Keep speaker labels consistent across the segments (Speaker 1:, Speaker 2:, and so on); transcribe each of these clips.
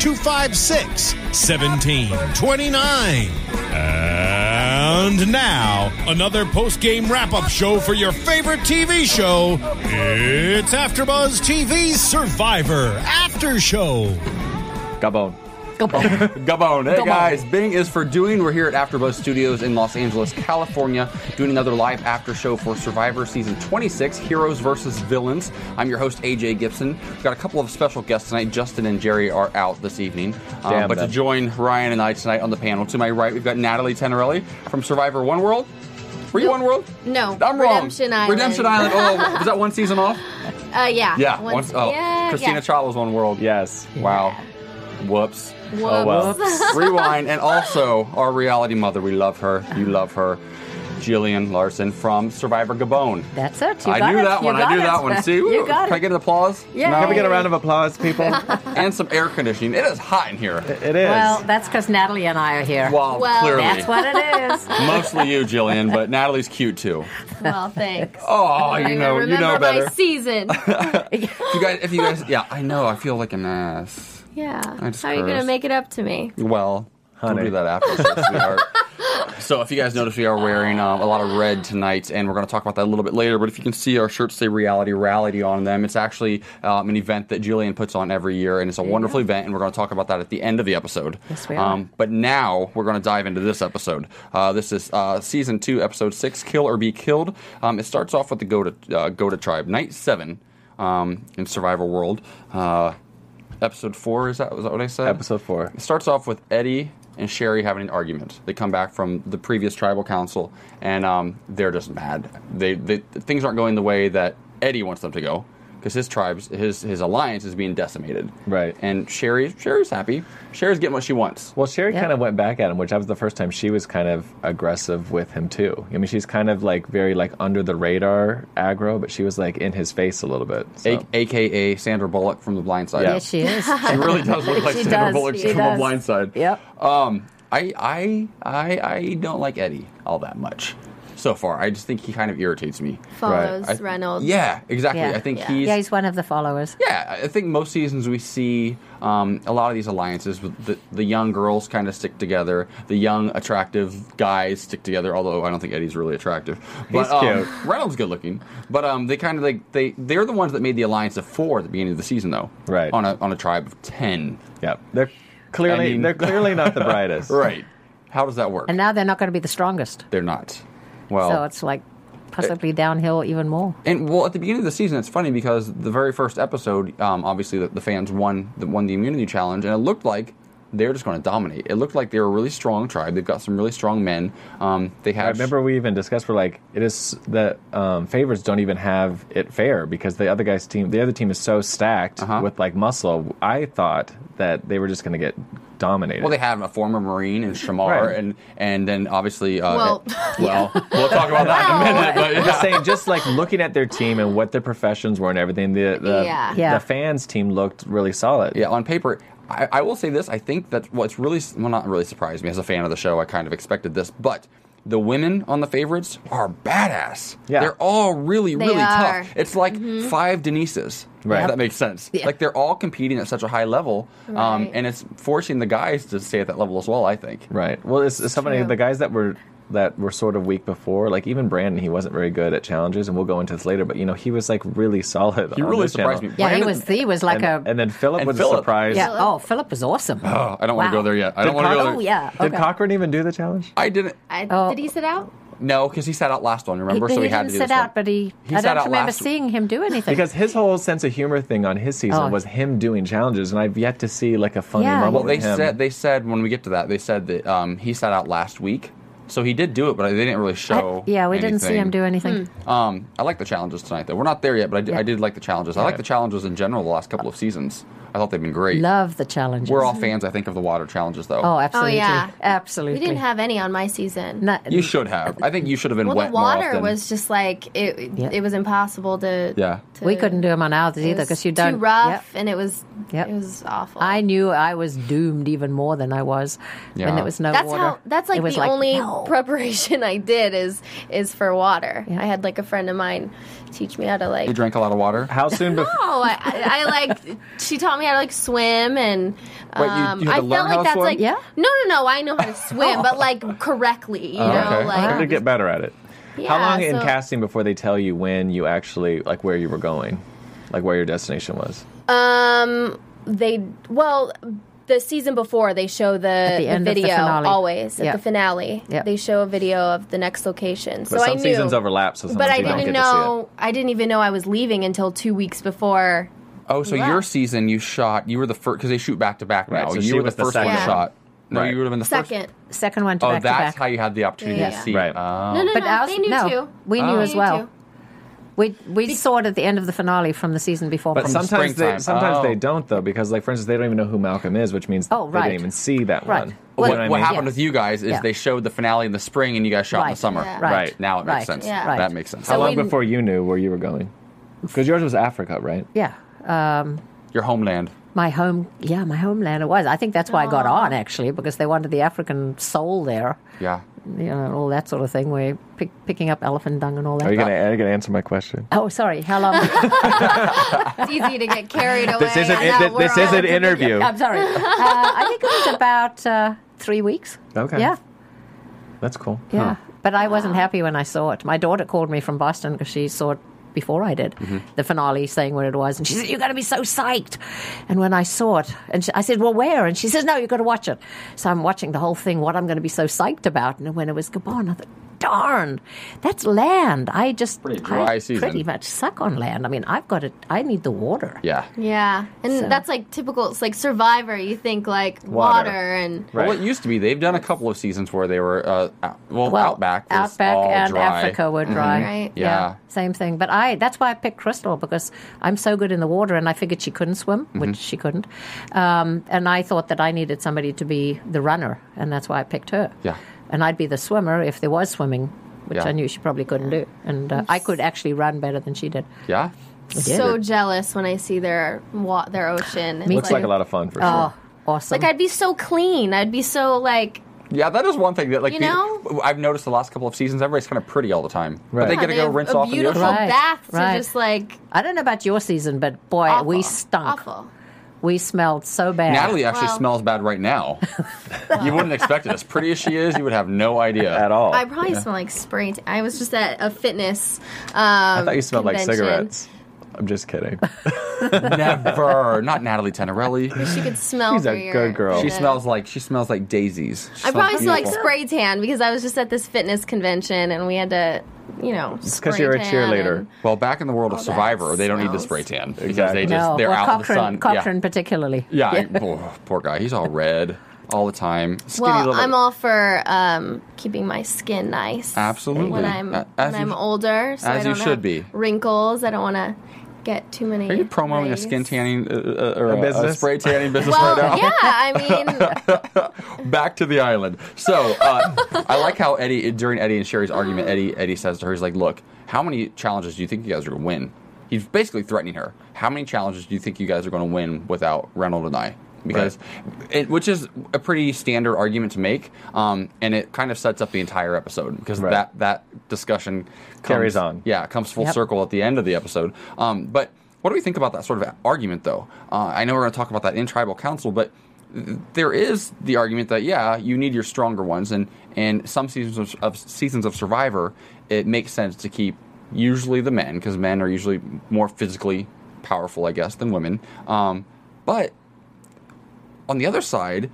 Speaker 1: 256 1729. And now, another post game wrap up show for your favorite TV show. It's AfterBuzz TV's Survivor After Show.
Speaker 2: Gabon.
Speaker 3: Gabon.
Speaker 2: Gabon. Hey
Speaker 3: Gabon.
Speaker 2: guys, Bing is for doing. We're here at AfterBuzz Studios in Los Angeles, California, doing another live after show for Survivor Season 26: Heroes versus Villains. I'm your host AJ Gibson. We've got a couple of special guests tonight. Justin and Jerry are out this evening, Um,
Speaker 4: Damn
Speaker 2: but
Speaker 4: them.
Speaker 2: to join Ryan and I tonight on the panel. To my right, we've got Natalie Tenorelli from Survivor One World. Were you One World?
Speaker 5: No.
Speaker 2: I'm wrong.
Speaker 5: Redemption Island.
Speaker 2: Redemption Island. Oh, was that one season off?
Speaker 5: Uh, yeah.
Speaker 2: Yeah.
Speaker 5: Once-
Speaker 2: Once, oh,
Speaker 5: yeah,
Speaker 2: Christina
Speaker 5: yeah.
Speaker 2: Chalo's One World. Yes. Wow. Whoops.
Speaker 5: Whoops. Oh, well. Whoops.
Speaker 2: Rewind. And also, our reality mother. We love her. You love her. Jillian Larson from Survivor Gabon.
Speaker 6: That's it. You
Speaker 2: I
Speaker 6: got
Speaker 2: knew
Speaker 6: it.
Speaker 2: that
Speaker 6: You
Speaker 2: one. I
Speaker 6: got
Speaker 2: knew
Speaker 6: it.
Speaker 2: that one. See?
Speaker 6: You got
Speaker 2: Can I
Speaker 6: it.
Speaker 2: get an applause?
Speaker 6: Yay. Can we get a round
Speaker 2: of applause, people? and some air conditioning. It is hot in here. It is.
Speaker 6: Well, that's because Natalie and I are here.
Speaker 2: Well, Well, clearly.
Speaker 6: that's what it is.
Speaker 2: Mostly you, Jillian, but Natalie's cute too.
Speaker 5: Well, thanks.
Speaker 2: Oh, you know- you
Speaker 5: remember
Speaker 2: know better.
Speaker 5: my season.
Speaker 2: If you guys, if you guys, yeah, I know. I feel like an ass.
Speaker 5: Yeah.
Speaker 2: I just
Speaker 5: How are you gonna
Speaker 2: cursed.
Speaker 5: make it up to me?
Speaker 2: Well, we'll do that after, so, sweetheart. so if you guys notice, we are wearing um, a lot of red tonight, and we're going to talk about that a little bit later. But if you can see, our shirts say "Reality Rally" on them. It's actually um, an event that Jillian puts on every year, and it's a wonderful event. And we're going to talk about that at the end of the episode. Um,
Speaker 6: Yes, we are.
Speaker 2: but now we're going to dive into this episode. Uh, this is uh, season two, episode six: "Kill or Be Killed." Um, it starts off with the Go to uh, Go to Tribe, night seven um, in Survivor World. Uh, episode four is that was that what I said? Episode four. It starts off with Eddie and Sherry having an argument. They come back from the previous tribal council and um, they're just mad. They, they things aren't going the way that Eddie wants them to go because his tribes his his alliance is being decimated. Right. And Sherry Sherry's happy. Sherry's getting what she wants.
Speaker 4: Well, Sherry
Speaker 2: Yeah.
Speaker 4: kind of went back at him, which that was the first time she was kind of aggressive with him too. I mean, she's kind of like very like under the radar aggro, but she was like in his face a little bit. So.
Speaker 2: A- AKA Sandra Bullock from The Blind Side.
Speaker 4: Yes, she
Speaker 6: is.
Speaker 2: she really does look like
Speaker 6: She
Speaker 2: Sandra
Speaker 6: does.
Speaker 2: Bullock
Speaker 6: She
Speaker 2: from
Speaker 6: does.
Speaker 2: The Blind Side. Yep. Um, I, I, I, I don't like Eddie all that much so far. I just think he kind of irritates me.
Speaker 6: Follows
Speaker 2: I-
Speaker 6: Reynolds.
Speaker 2: Yeah, exactly. I think
Speaker 6: yeah.
Speaker 2: he's.
Speaker 6: yeah, he's one of the followers.
Speaker 2: Yeah, I I think most seasons we see um, a lot of these alliances with the, the young girls kind of stick together, the young attractive guys stick together. Although I don't think Eddie's really attractive.
Speaker 4: He's
Speaker 2: um,
Speaker 4: cute.
Speaker 2: Reynolds good looking, but um, they kind of like they they're the ones that made the alliance of four at the beginning of the season though. Right on a on a tribe of ten.
Speaker 4: Yep, they're clearly- they're clearly not the brightest.
Speaker 2: right? How does that work?
Speaker 6: And now they're not going to be the strongest.
Speaker 2: They're not. Well,
Speaker 6: so it's like possibly downhill even more.
Speaker 2: And well, at the beginning of the season, it's funny because the very first episode, um, obviously the, the fans won the, won the immunity challenge, and it looked like they're just going to dominate. It looked like they're a really strong tribe. They've got some really strong men. Um, they have.
Speaker 4: I remember we even discussed we're like it is that um, favors don't even have it fair because the other guy's team the other team is so stacked
Speaker 2: Uh-huh.
Speaker 4: with like muscle. I thought that they were just going to get dominated.
Speaker 2: Well, they have a former Marine and Shamar,
Speaker 4: Right.
Speaker 2: and and then obviously, uh,
Speaker 4: Well,
Speaker 2: well, we'll talk about that in a minute. But
Speaker 4: I'm just
Speaker 2: yeah.
Speaker 4: saying, just like looking at their team and what their professions were and everything, the the,
Speaker 2: Yeah. Yeah.
Speaker 4: the fans team looked really solid.
Speaker 2: Yeah, on paper, I, I will say this. I think that what's really, well, not really surprised me as a fan of the show, I kind of expected this, but the women on the favorites are badass.
Speaker 4: Yeah.
Speaker 2: They're all really,
Speaker 5: They
Speaker 2: really
Speaker 5: are.
Speaker 2: tough. It's like five Denises.
Speaker 4: Right.
Speaker 2: If that makes sense.
Speaker 6: Mm-hmm. Yeah.
Speaker 2: Like they're all competing at such a high level, um,
Speaker 5: Right.
Speaker 2: and it's forcing the guys to stay at that level as well. I think.
Speaker 4: Right. Well, it's, it's somebody
Speaker 5: true.
Speaker 4: the guys that were that were sort of weak before, like even Brandon, he wasn't very good at challenges, and we'll go into this later. But you know, he was like really solid.
Speaker 2: He
Speaker 4: on
Speaker 2: really
Speaker 4: this
Speaker 2: surprised
Speaker 4: channel.
Speaker 2: me.
Speaker 6: Yeah, he
Speaker 2: Brandon-
Speaker 6: was he was like
Speaker 4: And,
Speaker 6: a
Speaker 4: and then Philip
Speaker 2: And
Speaker 4: was
Speaker 2: Philip.
Speaker 4: a surprise.
Speaker 6: yeah. Oh, Philip was awesome.
Speaker 2: Oh, I don't want to go
Speaker 6: Wow.
Speaker 2: there yet. I
Speaker 4: Did
Speaker 2: don't want to go
Speaker 4: Connor-
Speaker 2: there.
Speaker 6: Oh yeah.
Speaker 4: Did
Speaker 6: okay.
Speaker 4: Cochran even do the challenge?
Speaker 2: I didn't.
Speaker 5: I,
Speaker 6: Oh.
Speaker 5: Did he sit out?
Speaker 2: No, because he sat out last one. Remember,
Speaker 6: he,
Speaker 2: so
Speaker 6: he
Speaker 2: he, had
Speaker 6: didn't
Speaker 2: to do
Speaker 6: sit
Speaker 2: this one.
Speaker 6: out, but he,
Speaker 2: He
Speaker 6: I
Speaker 2: sat
Speaker 6: don't
Speaker 2: out
Speaker 6: remember
Speaker 2: last-
Speaker 6: seeing him do anything.
Speaker 4: Because his whole sense of humor thing on his season
Speaker 6: Oh.
Speaker 4: was him doing challenges, and I've yet to see like a funny
Speaker 6: Yeah.
Speaker 4: moment.
Speaker 2: Well,
Speaker 4: with
Speaker 2: they
Speaker 4: him.
Speaker 2: said they said when we get to that, they said that um, he sat out last week, so he did do it, but they didn't really
Speaker 6: I-
Speaker 2: show.
Speaker 6: yeah, we didn't see him
Speaker 2: anything.
Speaker 6: do anything.
Speaker 5: Hmm.
Speaker 2: Um, I like the challenges tonight, though. We're not there yet, but I did, I did like the challenges. I like the challenges in general. The last couple of seasons, I thought they've been great.
Speaker 6: Love the challenges.
Speaker 2: We're all fans, I think, of the water challenges, though.
Speaker 6: Oh, absolutely.
Speaker 5: yeah.
Speaker 6: Absolutely.
Speaker 5: We didn't have any on my season.
Speaker 6: Not-
Speaker 2: you should have. I think you should have been
Speaker 5: well,
Speaker 2: wet
Speaker 5: the
Speaker 2: more
Speaker 5: water
Speaker 2: often.
Speaker 5: was just like it.
Speaker 6: Yeah.
Speaker 5: It was impossible to.
Speaker 2: Yeah.
Speaker 5: to-
Speaker 6: We couldn't do him on ours
Speaker 5: it
Speaker 6: either
Speaker 5: was
Speaker 6: because you
Speaker 5: too
Speaker 6: done
Speaker 5: rough,
Speaker 6: Yep.
Speaker 5: and it was.
Speaker 6: Yep.
Speaker 5: It was awful.
Speaker 6: I knew I was doomed even more than I was
Speaker 2: Yeah.
Speaker 6: when there was no
Speaker 5: that's
Speaker 6: water.
Speaker 5: how. That's like
Speaker 6: It was
Speaker 5: the only
Speaker 6: no.
Speaker 5: preparation I did is is for water.
Speaker 6: Yeah.
Speaker 5: I had like a friend of mine teach me how to like.
Speaker 2: you drank a lot of water.
Speaker 4: how soon? bef-
Speaker 5: Oh, I, I, I like. She taught me how to like swim, and
Speaker 2: Wait, you-
Speaker 5: um,
Speaker 2: you had to
Speaker 5: I
Speaker 2: learn
Speaker 5: felt
Speaker 2: how to
Speaker 5: like that's
Speaker 2: swim?
Speaker 5: like.
Speaker 6: Yeah.
Speaker 5: No, no, no. I know how to swim,
Speaker 4: Oh.
Speaker 5: but like correctly. You know,
Speaker 2: okay.
Speaker 5: like.
Speaker 4: Time to get better at it.
Speaker 5: Yeah,
Speaker 4: how long in
Speaker 5: so-
Speaker 4: casting before they tell you when you actually like where you were going, like where your destination was?
Speaker 5: Um, they well, the season before they show the,
Speaker 6: the
Speaker 5: the
Speaker 6: end of the
Speaker 5: video
Speaker 6: finale.
Speaker 5: always at
Speaker 6: Yeah.
Speaker 5: the finale.
Speaker 6: Yeah.
Speaker 5: They show a video of the next location. So
Speaker 4: But some
Speaker 5: I knew,
Speaker 4: seasons overlap, so
Speaker 5: but
Speaker 4: sometimes
Speaker 5: I
Speaker 4: you don't
Speaker 5: didn't
Speaker 4: get to see it.
Speaker 5: know. I didn't even know I was leaving until two weeks before.
Speaker 2: Oh, so your season you shot, you were the first because they shoot back to back now.
Speaker 4: Right, so
Speaker 2: you
Speaker 4: she
Speaker 2: were the
Speaker 4: was the
Speaker 2: first one
Speaker 5: second.
Speaker 2: shot. No,
Speaker 4: Right.
Speaker 2: you would have been the
Speaker 5: Second.
Speaker 6: Second one to
Speaker 2: first. Oh,
Speaker 6: back
Speaker 2: that's
Speaker 6: to
Speaker 2: how
Speaker 6: back.
Speaker 2: you had the opportunity
Speaker 5: Yeah.
Speaker 2: to see.
Speaker 4: Right.
Speaker 2: Oh.
Speaker 5: No, no,
Speaker 6: But
Speaker 5: no.
Speaker 6: ours-
Speaker 5: they knew
Speaker 6: no,
Speaker 5: too.
Speaker 6: we knew
Speaker 5: They
Speaker 6: as well.
Speaker 5: too.
Speaker 6: We we saw it at the end of the finale from the season before.
Speaker 4: But
Speaker 6: from-
Speaker 4: sometimes they
Speaker 2: springtime.
Speaker 4: sometimes
Speaker 2: Oh.
Speaker 4: they don't though because like for instance they don't even know who Malcolm is, which means
Speaker 6: Oh,
Speaker 4: they
Speaker 6: right.
Speaker 4: didn't even see that
Speaker 6: Right. Well,
Speaker 4: one. You
Speaker 2: What,
Speaker 4: know
Speaker 2: what,
Speaker 4: I mean?
Speaker 2: happened
Speaker 6: Yeah.
Speaker 2: with you guys is
Speaker 6: Yeah.
Speaker 2: they showed the finale in the spring and you guys shot in the
Speaker 6: Right.
Speaker 2: summer.
Speaker 5: Yeah.
Speaker 6: Right.
Speaker 2: Now it makes
Speaker 6: Right.
Speaker 2: sense.
Speaker 5: Yeah.
Speaker 6: Right.
Speaker 2: That makes sense.
Speaker 6: So
Speaker 4: How long
Speaker 6: we-
Speaker 4: before you knew where you were going? Because yours was Africa, right?
Speaker 6: yeah. Um,
Speaker 2: Your homeland.
Speaker 6: my home, yeah, my homeland. It was. I think that's why I got on actually because they wanted the African soul there,
Speaker 2: Yeah.
Speaker 6: you know, and all that sort of thing. We're pick, picking up elephant dung and all that.
Speaker 4: Are you gonna, are you gonna answer my question?
Speaker 6: oh, sorry. How long?
Speaker 5: It's easy to get carried away.
Speaker 4: This isn't
Speaker 5: and now we're
Speaker 4: this
Speaker 5: on.
Speaker 4: is an interview.
Speaker 6: I'm sorry. Uh, I think it was about uh, three weeks.
Speaker 4: Okay.
Speaker 6: Yeah.
Speaker 4: That's cool.
Speaker 6: Yeah. But I wasn't happy when I saw it. My daughter called me from Boston because she saw it before I did,
Speaker 2: Mm-hmm.
Speaker 6: the finale saying what it was. And she said, You're going to be so psyched. And when I saw it, and she, I said, Well, where? And she says, No, you've got to watch it. So I'm watching the whole thing, what I'm going to be so psyched about. And when it was Gabon, I thought, Darn, that's land. I just
Speaker 2: Pretty dry
Speaker 6: I
Speaker 2: season.
Speaker 6: pretty much suck on land. I mean, I've got it. I need the water.
Speaker 2: Yeah.
Speaker 5: Yeah, and
Speaker 6: So.
Speaker 5: that's like typical. It's like Survivor. You think like
Speaker 4: Water.
Speaker 5: water, and
Speaker 2: Well, it used to be. They've done a couple of seasons where they were, uh, out, well, Outback was
Speaker 6: Outback
Speaker 2: all
Speaker 6: and
Speaker 2: dry. Mm-hmm.
Speaker 6: Africa were dry.
Speaker 5: Right.
Speaker 2: Yeah.
Speaker 6: Same thing. But I that's why I picked Crystal because I'm so good in the water and I figured she couldn't swim,
Speaker 2: Mm-hmm.
Speaker 6: which she couldn't. Um, and I thought that I needed somebody to be the runner and that's why I picked her.
Speaker 2: Yeah.
Speaker 6: And I'd be the swimmer if there was swimming, which
Speaker 2: Yeah.
Speaker 6: I knew she probably couldn't do. And uh, I could actually run better than she did.
Speaker 2: Yeah.
Speaker 5: so jealous when I see their wa- their ocean. It's
Speaker 4: Looks like a lot of fun for
Speaker 6: Oh,
Speaker 4: sure.
Speaker 6: awesome.
Speaker 5: Like I'd be so clean. I'd be so like
Speaker 2: Yeah, that is one thing that, like,
Speaker 5: You
Speaker 2: the-
Speaker 5: know?
Speaker 2: I've noticed the last couple of seasons, everybody's kind of pretty all the time. But
Speaker 4: Right.
Speaker 2: they got
Speaker 4: Yeah,
Speaker 2: to
Speaker 5: they
Speaker 2: go
Speaker 5: have
Speaker 2: rinse
Speaker 5: a
Speaker 2: off in the
Speaker 5: beautiful
Speaker 2: ocean.
Speaker 6: Right.
Speaker 5: bath
Speaker 6: right.
Speaker 5: to just like
Speaker 6: I don't know about your season, but boy,
Speaker 5: awful.
Speaker 6: we stunk.
Speaker 5: Awful.
Speaker 6: We smelled so bad.
Speaker 2: Natalie actually
Speaker 5: Well-
Speaker 2: smells bad right now. you wouldn't expect it. As pretty as she is, you would have no idea.
Speaker 4: At all.
Speaker 5: Oh. I probably smell like spray. T- I was just at a fitness. Um,
Speaker 4: I thought you smelled like
Speaker 5: convention.
Speaker 4: cigarettes. I'm just kidding.
Speaker 2: Never. Not Natalie Tenarelli.
Speaker 5: She could smell.
Speaker 4: She's a
Speaker 5: through your-
Speaker 4: good girl.
Speaker 2: She
Speaker 5: Yeah.
Speaker 2: smells like she smells like daisies. She
Speaker 5: I probably smell like
Speaker 2: beautiful.
Speaker 5: spray tan because I was just at this fitness convention and we had to, you know,
Speaker 4: It's because you're a cheerleader.
Speaker 2: Well, back in the world of
Speaker 5: that
Speaker 2: Survivor, they don't need to
Speaker 5: smells.
Speaker 2: spray tan because
Speaker 4: Exactly.
Speaker 2: they just
Speaker 6: no,
Speaker 2: they're
Speaker 6: well,
Speaker 2: out
Speaker 6: Cochrane,
Speaker 2: in the sun.
Speaker 6: Cochrane particularly.
Speaker 2: yeah, yeah. I- poor, poor guy. He's all red all the time. Skinny
Speaker 5: Well,
Speaker 2: little.
Speaker 5: I'm all for um, keeping my skin nice.
Speaker 2: Absolutely.
Speaker 5: When I'm
Speaker 2: A- as
Speaker 5: when
Speaker 2: you
Speaker 5: I'm
Speaker 2: sh-
Speaker 5: older,
Speaker 2: as
Speaker 5: so I
Speaker 2: you
Speaker 5: don't
Speaker 2: should
Speaker 5: have
Speaker 2: be.
Speaker 5: wrinkles. I don't want to get too many.
Speaker 2: Are you promoting
Speaker 5: rays.
Speaker 2: a skin tanning uh, uh, or a, a
Speaker 4: business?
Speaker 2: spray tanning business
Speaker 5: Well,
Speaker 2: right now?
Speaker 5: yeah. I mean,
Speaker 2: back to the island. So uh, I like how Eddie during Eddie and Sherry's argument, Eddie Eddie says to her, he's like, "Look, how many challenges do you think you guys are going to win?" He's basically threatening her. How many challenges do you think you guys are going to win without Reynold and I? because it, which is a pretty standard argument to make, um, and it kind of sets up the entire episode because
Speaker 4: Right.
Speaker 2: that that discussion comes,
Speaker 4: Carries on.
Speaker 2: Yeah, it comes full
Speaker 6: Yep.
Speaker 2: circle at the end of the episode. Um, but what do we think about that sort of argument, though? Uh, I know we're going to talk about that in tribal council, but there is the argument that yeah, you need your stronger ones, and and some seasons of, of seasons of Survivor, it makes sense to keep usually the men because men are usually more physically powerful, I guess, than women. Um, but on the other side,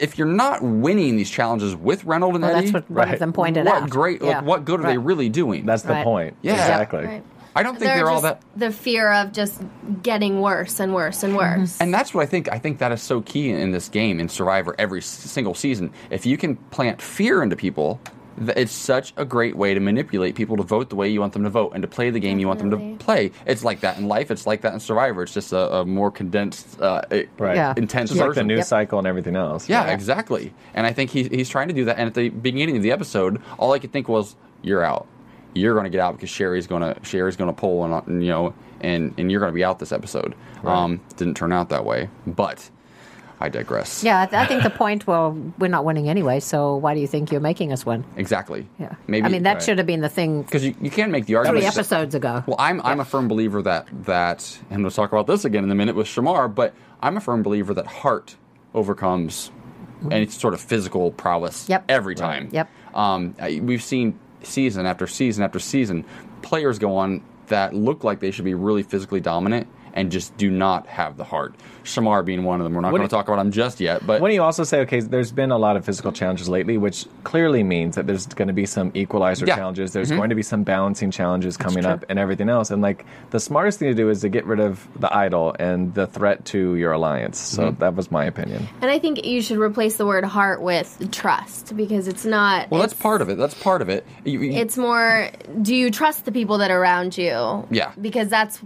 Speaker 2: if you're not winning these challenges with Reynolds and
Speaker 6: Well,
Speaker 2: Eddie,
Speaker 6: that's what one
Speaker 4: Right.
Speaker 6: of them pointed
Speaker 2: what
Speaker 6: out.
Speaker 2: great, like,
Speaker 6: Yeah.
Speaker 2: what good are they
Speaker 6: Right.
Speaker 2: really doing?
Speaker 4: That's the
Speaker 6: Right.
Speaker 4: point.
Speaker 2: Yeah.
Speaker 4: Exactly.
Speaker 5: Right.
Speaker 2: I don't think
Speaker 5: They're
Speaker 2: they're all
Speaker 5: just- The fear of just getting worse and worse and
Speaker 6: Mm-hmm.
Speaker 5: worse.
Speaker 2: And that's what I think. I think that is so key in this game in Survivor every s- single season. If you can plant fear into people, th- it's such a great way to manipulate people to vote the way you want them to vote and to play the game you want them to
Speaker 5: Definitely.
Speaker 2: play. It's like that in life. It's like that in Survivor. It's just a, a more condensed, uh, i-
Speaker 4: Right.
Speaker 6: Yeah.
Speaker 2: intense
Speaker 4: Just like the
Speaker 2: version.
Speaker 4: news
Speaker 6: Yep.
Speaker 4: cycle and everything else.
Speaker 2: Yeah, exactly. And I think he, he's trying to do that. And at the beginning of the episode, all I could think was, "You're out. You're going to get out because Sherry's going to Sherry's going to pull and, and you know and and you're going to be out this episode." Um, didn't turn out that way, but I digress.
Speaker 6: Yeah, I, th- I think the point. Well, we're not winning anyway, so why do you think you're making us win?
Speaker 2: exactly.
Speaker 6: Yeah,
Speaker 2: maybe.
Speaker 6: I mean, that
Speaker 2: right.
Speaker 6: should have been the thing
Speaker 2: because you, you can make the argument.
Speaker 6: three
Speaker 2: that-
Speaker 6: episodes ago.
Speaker 2: Well, I'm I'm a firm believer that that, and we'll talk about this again in a minute with Shamar, but I'm a firm believer that heart overcomes any sort of physical prowess
Speaker 6: Yep.
Speaker 2: every time.
Speaker 6: Yep.
Speaker 2: Um, I- we've seen season after season after season players go on that look like they should be really physically dominant and just do not have the heart. Shamar being one of them. We're not
Speaker 4: What
Speaker 2: going to
Speaker 4: do-
Speaker 2: talk about him just yet, but
Speaker 4: When you also say, okay, there's been a lot of physical challenges lately, which clearly means that there's going to be some equalizer
Speaker 2: Yeah.
Speaker 4: challenges. There's going to be some balancing challenges coming up and everything else. And like the smartest thing to do is to get rid of the idol and the threat to your alliance. So that was my opinion.
Speaker 5: And I think you should replace the word heart with trust because it's not.
Speaker 2: well,
Speaker 5: it's,
Speaker 2: that's part of it. That's part of it. You- you-
Speaker 5: It's more. Do you trust the people that are around you?
Speaker 2: Yeah.
Speaker 5: Because that's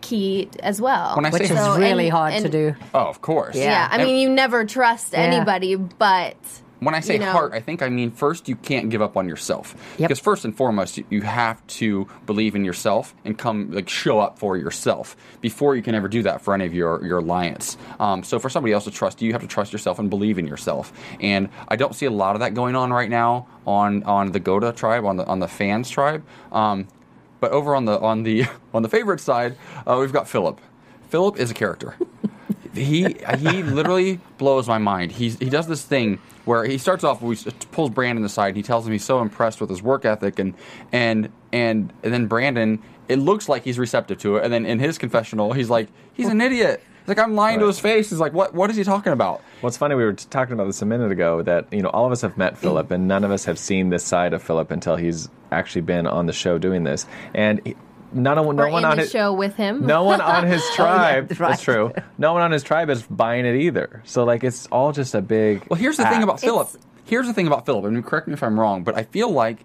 Speaker 5: key as well.
Speaker 2: When I
Speaker 6: which
Speaker 2: say-
Speaker 6: is
Speaker 5: So, and-
Speaker 6: really hard to
Speaker 5: and-
Speaker 6: do.
Speaker 2: oh, of course.
Speaker 5: yeah. I mean, you never trust
Speaker 6: Yeah.
Speaker 5: anybody, but
Speaker 2: When I say
Speaker 5: you know-
Speaker 2: heart, I think I mean first you can't give up on yourself
Speaker 6: Yep.
Speaker 2: because first and foremost you- you have to believe in yourself and come like show up for yourself before you can ever do that for any of your your alliance. Um, so for somebody else to trust you, you have to trust yourself and believe in yourself. And I don't see a lot of that going on right now on on the Goda tribe on the on the fans tribe. Um, but over on the on the on the favorite side, uh, we've got Philip. Philip is a character. he he literally blows my mind. He's, he does this thing where he starts off, we pulls Brandon aside, and he tells him he's so impressed with his work ethic, and and and, and then Brandon, it looks like he's receptive to it, and then in his confessional, he's like, he's an idiot. He's like I'm lying to
Speaker 4: Right.
Speaker 2: his face. He's like, what what is he talking about?
Speaker 4: What's funny, we were t- talking about this a minute ago that, you know, all of us have met Philip and none of us have seen this side of Philip until he's actually been on the show doing this. And he, not a,
Speaker 5: we're
Speaker 4: no one
Speaker 5: in
Speaker 4: on
Speaker 5: the
Speaker 4: his
Speaker 5: show with him.
Speaker 4: No one on his tribe.
Speaker 6: right.
Speaker 4: That's true. No one on his tribe is buying it either. So like, it's all just a big.
Speaker 2: Well, here's the thing
Speaker 4: act.
Speaker 2: about Philip. Here's the thing about Philip, and correct me if I'm wrong, but I feel like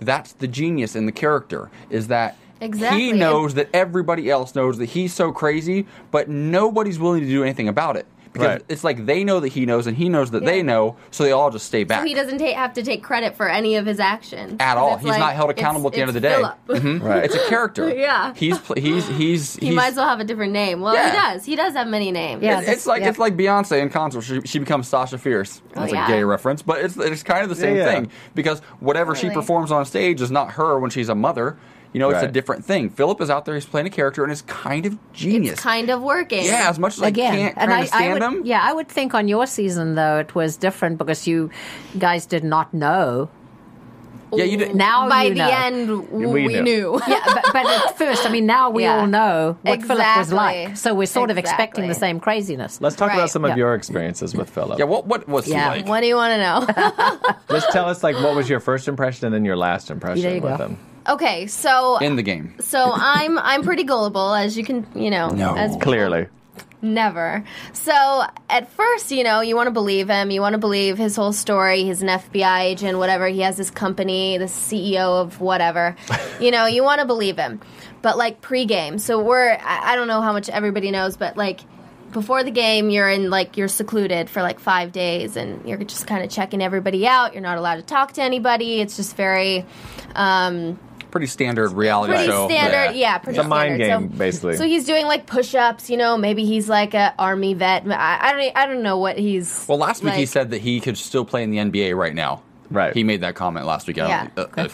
Speaker 2: that's the genius in the character is that he
Speaker 5: Exactly.
Speaker 2: knows that everybody else knows that he's so crazy, but nobody's willing to do anything about it because
Speaker 4: Right.
Speaker 2: it's like they know that he knows and he knows that they
Speaker 5: Yeah.
Speaker 2: know, so they all just stay back.
Speaker 5: So he doesn't ta- have to take credit for any of his actions
Speaker 2: at all.
Speaker 5: It's
Speaker 2: He's
Speaker 5: like,
Speaker 2: not held
Speaker 5: it's-
Speaker 2: accountable at the end of
Speaker 5: it's
Speaker 2: the day.
Speaker 5: Philip.
Speaker 2: Mhm.
Speaker 4: Right.
Speaker 2: It's a character.
Speaker 5: Yeah.
Speaker 2: He's pl- he's he's
Speaker 5: He
Speaker 2: he's,
Speaker 5: might as well have a different name. Well, he
Speaker 2: Yeah.
Speaker 5: does. He does have many names.
Speaker 6: Yeah.
Speaker 2: It's like
Speaker 6: Yeah.
Speaker 2: it's like Beyonce in concert. She, she becomes Sasha Fierce. That's
Speaker 5: yeah.
Speaker 2: a gay reference, but it's it's kind of the same
Speaker 4: Yeah, yeah.
Speaker 2: thing because whatever she
Speaker 5: Totally.
Speaker 2: performs on stage is not her when she's a mother. You know, it's a
Speaker 4: Right.
Speaker 2: different thing. Philip is out there; he's playing a character, and it's kind of genius.
Speaker 5: It's kind of working.
Speaker 2: yeah, as much as I
Speaker 6: Again,
Speaker 2: can't kind of stand
Speaker 6: would,
Speaker 2: him.
Speaker 6: yeah, I would think on your season though it was different because you guys did not know.
Speaker 2: yeah, you did.
Speaker 6: Now
Speaker 5: By
Speaker 6: you
Speaker 5: the
Speaker 6: know.
Speaker 5: end, w- we,
Speaker 4: We
Speaker 5: knew.
Speaker 4: knew.
Speaker 6: yeah, but, but at first, I mean, now we
Speaker 5: Yeah.
Speaker 6: all know what Philip was
Speaker 5: Exactly.
Speaker 6: like, so we're sort of expecting the
Speaker 5: Exactly.
Speaker 6: same craziness.
Speaker 4: Let's talk
Speaker 5: Right.
Speaker 4: about some of
Speaker 6: Yeah.
Speaker 4: your experiences with Philip.
Speaker 2: yeah, what what was
Speaker 6: Yeah.
Speaker 2: he like?
Speaker 5: What do you want to know?
Speaker 4: Just tell us like what was your first impression and then your last impression
Speaker 6: There you
Speaker 4: with
Speaker 6: go.
Speaker 4: him.
Speaker 5: okay, so
Speaker 2: in the game?
Speaker 5: so I'm I'm pretty gullible, as you can you know
Speaker 2: No.
Speaker 5: as
Speaker 4: Clearly,
Speaker 5: Never. So at first, you know, you want to believe him. You want to believe his whole story. He's an FBI agent, whatever. He has this company, the CEO of whatever. you know, you want to believe him. But like pregame, so we're, I, I don't know how much everybody knows, but like before the game, you're in like, you're secluded for like five days and you're just kind of checking everybody out. You're not allowed to talk to anybody. It's just very, um,
Speaker 2: pretty standard reality
Speaker 5: pretty
Speaker 2: show.
Speaker 5: standard.
Speaker 2: Yeah.
Speaker 5: Yeah, pretty
Speaker 4: It's a mind
Speaker 5: standard.
Speaker 4: game,
Speaker 5: so,
Speaker 4: basically.
Speaker 5: So he's doing like push-ups. You know, maybe he's like a army vet. I, I don't. e, I don't know what he's.
Speaker 2: Well, last week he
Speaker 5: like.
Speaker 2: said that he could still play in the NBA right now.
Speaker 4: Right.
Speaker 2: He made that comment last week. I don't
Speaker 5: Yeah.
Speaker 2: think- uh, uh,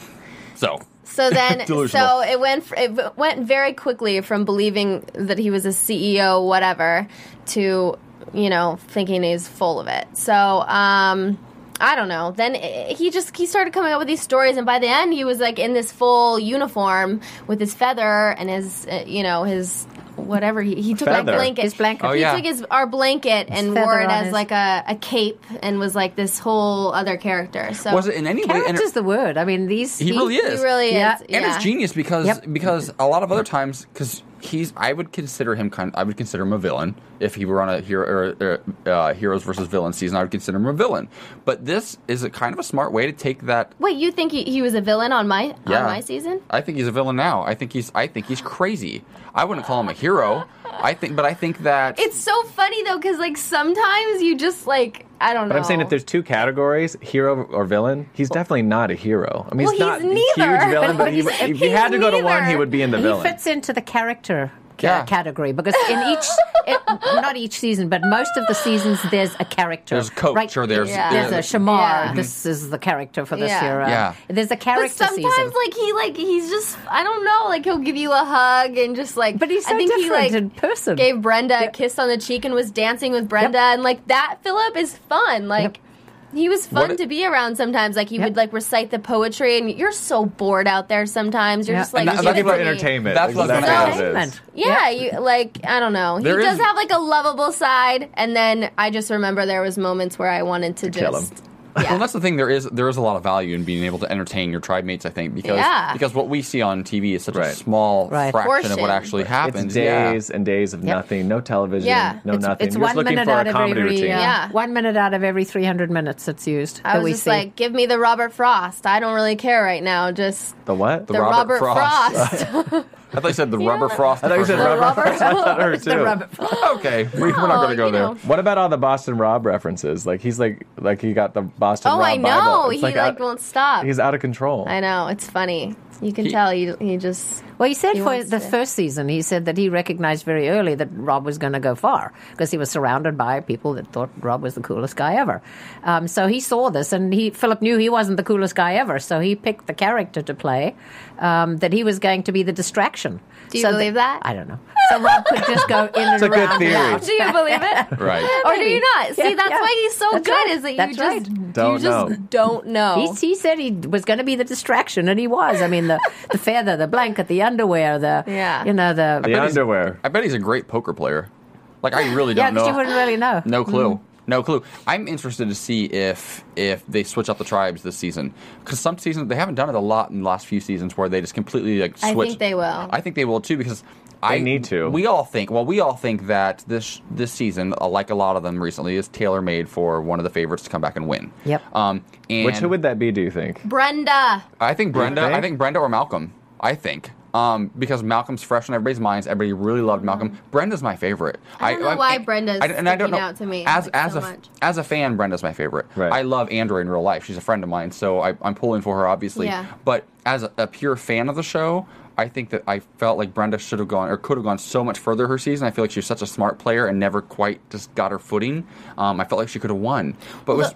Speaker 2: so
Speaker 5: So then,
Speaker 2: Delusional.
Speaker 5: so it went fr- it w- went very quickly from believing that he was a CEO, whatever, to you know thinking he's full of it. So um, I don't know. Then i he just he started coming up with these stories, and by the end, he was like in this full uniform with his feather and his uh, you know his whatever he, he took
Speaker 4: Feather.
Speaker 5: like blanket
Speaker 6: His blanket.
Speaker 2: Oh,
Speaker 5: he
Speaker 2: yeah.
Speaker 5: took his our blanket and
Speaker 6: feather
Speaker 5: wore it
Speaker 6: on
Speaker 5: as
Speaker 6: his-
Speaker 5: like a, a cape and was was like this whole other character so
Speaker 2: was it in any way?
Speaker 6: Character's the word. I mean, these.
Speaker 2: He really
Speaker 5: he
Speaker 2: is.
Speaker 5: really
Speaker 6: Yeah.
Speaker 5: is
Speaker 6: And
Speaker 2: and
Speaker 5: yeah.
Speaker 2: it's genius because
Speaker 6: Yep.
Speaker 2: because a lot of other times because he's I would consider him kind I would consider him a villain if he were on a hero or, uh, heroes versus villains season I would consider him a villain but this is a kind of a smart way to take that
Speaker 5: Wait, you think he, he was a villain on my on
Speaker 2: yeah
Speaker 5: my season?
Speaker 2: I think he's a villain now I think he's I think he's crazy I wouldn't call him a hero I think but I think that
Speaker 5: It's so funny though, because like sometimes you just like I don't know.
Speaker 4: But I'm saying if there's two categories, hero or villain, he's definitely not a hero. I mean,
Speaker 5: Well,
Speaker 4: he's not
Speaker 5: he's
Speaker 4: a
Speaker 5: neither.
Speaker 4: huge villain, but he,
Speaker 5: He's-
Speaker 4: if you
Speaker 5: he's
Speaker 4: had to go to one,
Speaker 5: neither.
Speaker 4: he would be in the
Speaker 6: He
Speaker 4: villain.
Speaker 6: fits into the character ca-
Speaker 2: Yeah.
Speaker 6: category because in each, it, not each season, but most of the seasons, there's a character.
Speaker 2: There's a coach or there's-
Speaker 5: Yeah.
Speaker 6: there's a Shamar.
Speaker 5: Yeah.
Speaker 6: This is the character for this
Speaker 5: Yeah.
Speaker 6: hero.
Speaker 2: Mm-hmm. Yeah.
Speaker 6: There's a character
Speaker 5: but sometimes
Speaker 6: season.
Speaker 5: like he like he's just I don't know like he'll give you a hug and just like
Speaker 6: but he's so
Speaker 5: I think
Speaker 6: different
Speaker 5: he
Speaker 6: in
Speaker 5: like
Speaker 6: person.
Speaker 5: gave Brenda a kiss on the cheek and was dancing with Brenda and like that Philip is fun like.
Speaker 6: Yep.
Speaker 5: He was fun
Speaker 2: What-
Speaker 5: to be around sometimes. Like he
Speaker 6: Yep.
Speaker 5: would like recite the poetry, and you're so bored out there sometimes. You're
Speaker 6: Yeah.
Speaker 5: just like,
Speaker 2: And that-
Speaker 5: give
Speaker 2: that's
Speaker 5: it
Speaker 4: Looking for
Speaker 5: to me.
Speaker 4: entertainment.
Speaker 2: That's what I was
Speaker 4: Exactly
Speaker 5: gonna
Speaker 4: what it is.
Speaker 6: ask.
Speaker 5: Yeah, you like I don't know.
Speaker 2: There
Speaker 5: he
Speaker 2: is-
Speaker 5: does have like a lovable side, and then I just remember there was moments where I wanted to, just
Speaker 4: kill him.
Speaker 2: Well, that's the thing. There is there is a lot of value in being able to entertain your tribe mates. I think because
Speaker 5: Yeah.
Speaker 2: because what we see on TV is such a
Speaker 4: Right.
Speaker 2: small
Speaker 6: Right.
Speaker 2: fraction of what
Speaker 5: Portion.
Speaker 2: actually
Speaker 4: It's
Speaker 2: happens. Yeah.
Speaker 4: days and days of
Speaker 6: Yep.
Speaker 4: nothing, no television,
Speaker 5: Yeah.
Speaker 4: no
Speaker 6: it's,
Speaker 4: nothing.
Speaker 6: it's
Speaker 4: You're just
Speaker 6: one
Speaker 4: looking
Speaker 6: minute
Speaker 4: for
Speaker 6: out
Speaker 4: a
Speaker 6: of
Speaker 4: comedy
Speaker 6: every
Speaker 4: routine.
Speaker 6: uh,
Speaker 5: Yeah.
Speaker 6: one minute out of every three hundred minutes it's used.
Speaker 5: I
Speaker 6: that
Speaker 5: was
Speaker 6: we
Speaker 5: just
Speaker 6: see.
Speaker 5: like, give me the Robert Frost. I don't really care right now. Just
Speaker 4: The what?
Speaker 5: the,
Speaker 2: Robert
Speaker 5: Robert,
Speaker 2: Frost.
Speaker 5: Frost.
Speaker 2: I thought you said the rubber frost.
Speaker 4: I thought you said
Speaker 2: version.
Speaker 4: rubber.
Speaker 5: Robert-
Speaker 4: I thought her too.
Speaker 2: Okay, we, we're not going to
Speaker 5: you
Speaker 2: go there.
Speaker 5: know.
Speaker 4: What about all the Boston Rob references? Like he's like like he got the Boston
Speaker 5: oh,
Speaker 4: Rob
Speaker 5: I
Speaker 4: Bible.
Speaker 5: know.
Speaker 4: It's
Speaker 5: He like,
Speaker 4: out-
Speaker 5: won't stop.
Speaker 4: He's out of control.
Speaker 5: I know. It's funny. You can
Speaker 2: He-
Speaker 5: tell. He he just
Speaker 6: Well, he said
Speaker 5: He
Speaker 6: for
Speaker 5: wants
Speaker 6: the
Speaker 5: to-
Speaker 6: first season, he said that he recognized very early that Rob was going to go far because he was surrounded by people that thought Rob was the coolest guy ever. Um, so he saw this, and he Philip knew he wasn't the coolest guy ever, so he picked the character to play um, that he was going to be the distraction.
Speaker 5: Do you
Speaker 6: So
Speaker 5: believe that?
Speaker 6: I don't know. So Rob could just go in and
Speaker 4: a good
Speaker 6: around
Speaker 4: theory.
Speaker 6: and out.
Speaker 5: Do you believe it?
Speaker 2: Right.
Speaker 5: Or do
Speaker 6: Maybe.
Speaker 5: you not? See,
Speaker 6: Yeah,
Speaker 5: that's
Speaker 6: yeah.
Speaker 5: why he's so
Speaker 6: That's
Speaker 5: good.
Speaker 6: right.
Speaker 5: Is that you
Speaker 6: That's
Speaker 5: just
Speaker 6: right.
Speaker 4: Don't
Speaker 5: you just
Speaker 4: know.
Speaker 5: don't know.
Speaker 6: He, he said he was going to be the distraction, and he was. I mean, the, the feather, the blanket, the underwear, the
Speaker 5: Yeah.
Speaker 6: you know the
Speaker 4: The underwear.
Speaker 2: I bet he's a great poker player. Like I really
Speaker 6: yeah,
Speaker 2: don't
Speaker 6: because you
Speaker 2: know.
Speaker 6: wouldn't Mm-hmm. really know.
Speaker 2: No clue. No clue. I'm interested to see if if they switch out the tribes this season because some seasons they haven't done it a lot in the last few seasons where they just completely like switch.
Speaker 5: I think they will.
Speaker 2: I think they will too because I
Speaker 4: need to.
Speaker 2: We all think. Well, we all think that this this season, uh, like a lot of them recently, is tailor made for one of the favorites to come back and win.
Speaker 6: Yep.
Speaker 2: Um. And
Speaker 4: Which who would that be? Do you think?
Speaker 5: Brenda.
Speaker 2: I think Brenda.
Speaker 4: think?
Speaker 2: I think Brenda or Malcolm. I think. Um, because Malcolm's fresh in everybody's minds. Everybody really loved
Speaker 4: Mm-hmm.
Speaker 2: Malcolm. Brenda's my favorite.
Speaker 5: I don't know why Brenda's sticking out to me,
Speaker 2: As
Speaker 5: like,
Speaker 2: as
Speaker 5: so
Speaker 2: a
Speaker 5: much.
Speaker 2: as a fan, Brenda's my favorite.
Speaker 4: Right.
Speaker 2: I love Andrew in real life. She's a friend of mine, so I, I'm pulling for her obviously.
Speaker 5: Yeah.
Speaker 2: But as a, a pure fan of the show, I think that I felt like Brenda should have gone or could have gone so much further her season. I feel like she's such a smart player and never quite just got her footing. Um, I felt like she could have won, but it was.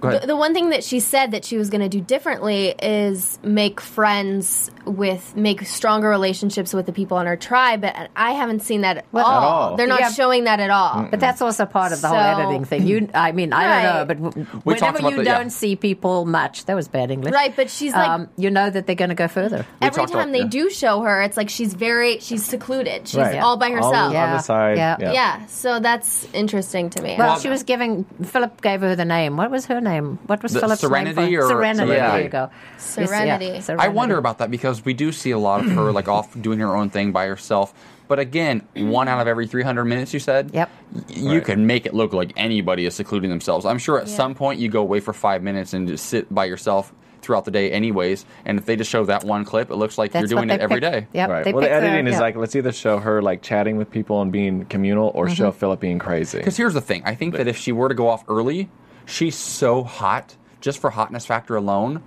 Speaker 2: Go ahead.
Speaker 5: The, the one thing that she said that she was going to do differently is make friends with, make stronger relationships with the people on her tribe. But I haven't seen that at, all.
Speaker 4: all.
Speaker 5: They're not
Speaker 6: Yeah.
Speaker 5: showing that at all.
Speaker 6: But that's also part of the whole
Speaker 5: So-
Speaker 6: editing thing. You, I mean, I
Speaker 5: Right.
Speaker 6: don't know, but w-
Speaker 2: We talked
Speaker 6: whenever
Speaker 2: about
Speaker 6: you
Speaker 2: that, yeah.
Speaker 6: don't see people much, that was bad English, Um,
Speaker 5: Right, but she's like-
Speaker 6: you know that they're going to go further.
Speaker 5: Every
Speaker 2: talked about-
Speaker 5: time they
Speaker 2: yeah.
Speaker 5: do show her, it's like she's very, she's secluded. She's
Speaker 4: Right.
Speaker 5: all by
Speaker 4: All
Speaker 5: herself.
Speaker 4: on the
Speaker 5: yeah.
Speaker 6: Yeah.
Speaker 4: side.
Speaker 6: Yeah.
Speaker 5: so that's interesting to me.
Speaker 6: Well,
Speaker 2: Well-
Speaker 6: she was giving Philip gave her the name. What was her name? What was
Speaker 2: The
Speaker 6: Philip's
Speaker 2: Serenity
Speaker 6: name for?
Speaker 2: or-
Speaker 6: Serenity?
Speaker 2: Yeah.
Speaker 6: There you go. Yes, yeah,
Speaker 5: Serenity.
Speaker 2: I wonder about that because we do see a lot of her like off doing her own thing by herself. But again, one out of every 300 minutes, you said?
Speaker 6: Yep.
Speaker 2: y- You can make it look like anybody is secluding themselves. I'm sure at some point you go away for five minutes and just sit by yourself throughout the day, anyways. And if they just show that one clip, it looks like
Speaker 6: That's
Speaker 2: you're
Speaker 6: what
Speaker 2: doing
Speaker 6: they
Speaker 2: it every
Speaker 6: picked.
Speaker 2: day.
Speaker 6: Yep,
Speaker 4: Right.
Speaker 6: they
Speaker 4: Well, the
Speaker 6: picked her,
Speaker 4: editing is
Speaker 6: yeah.
Speaker 4: like let's either show her like chatting with people and being communal, or show Philip being crazy.
Speaker 2: Because here's the thing I think that if she were to go off early, she's so hot, just for hotness factor alone,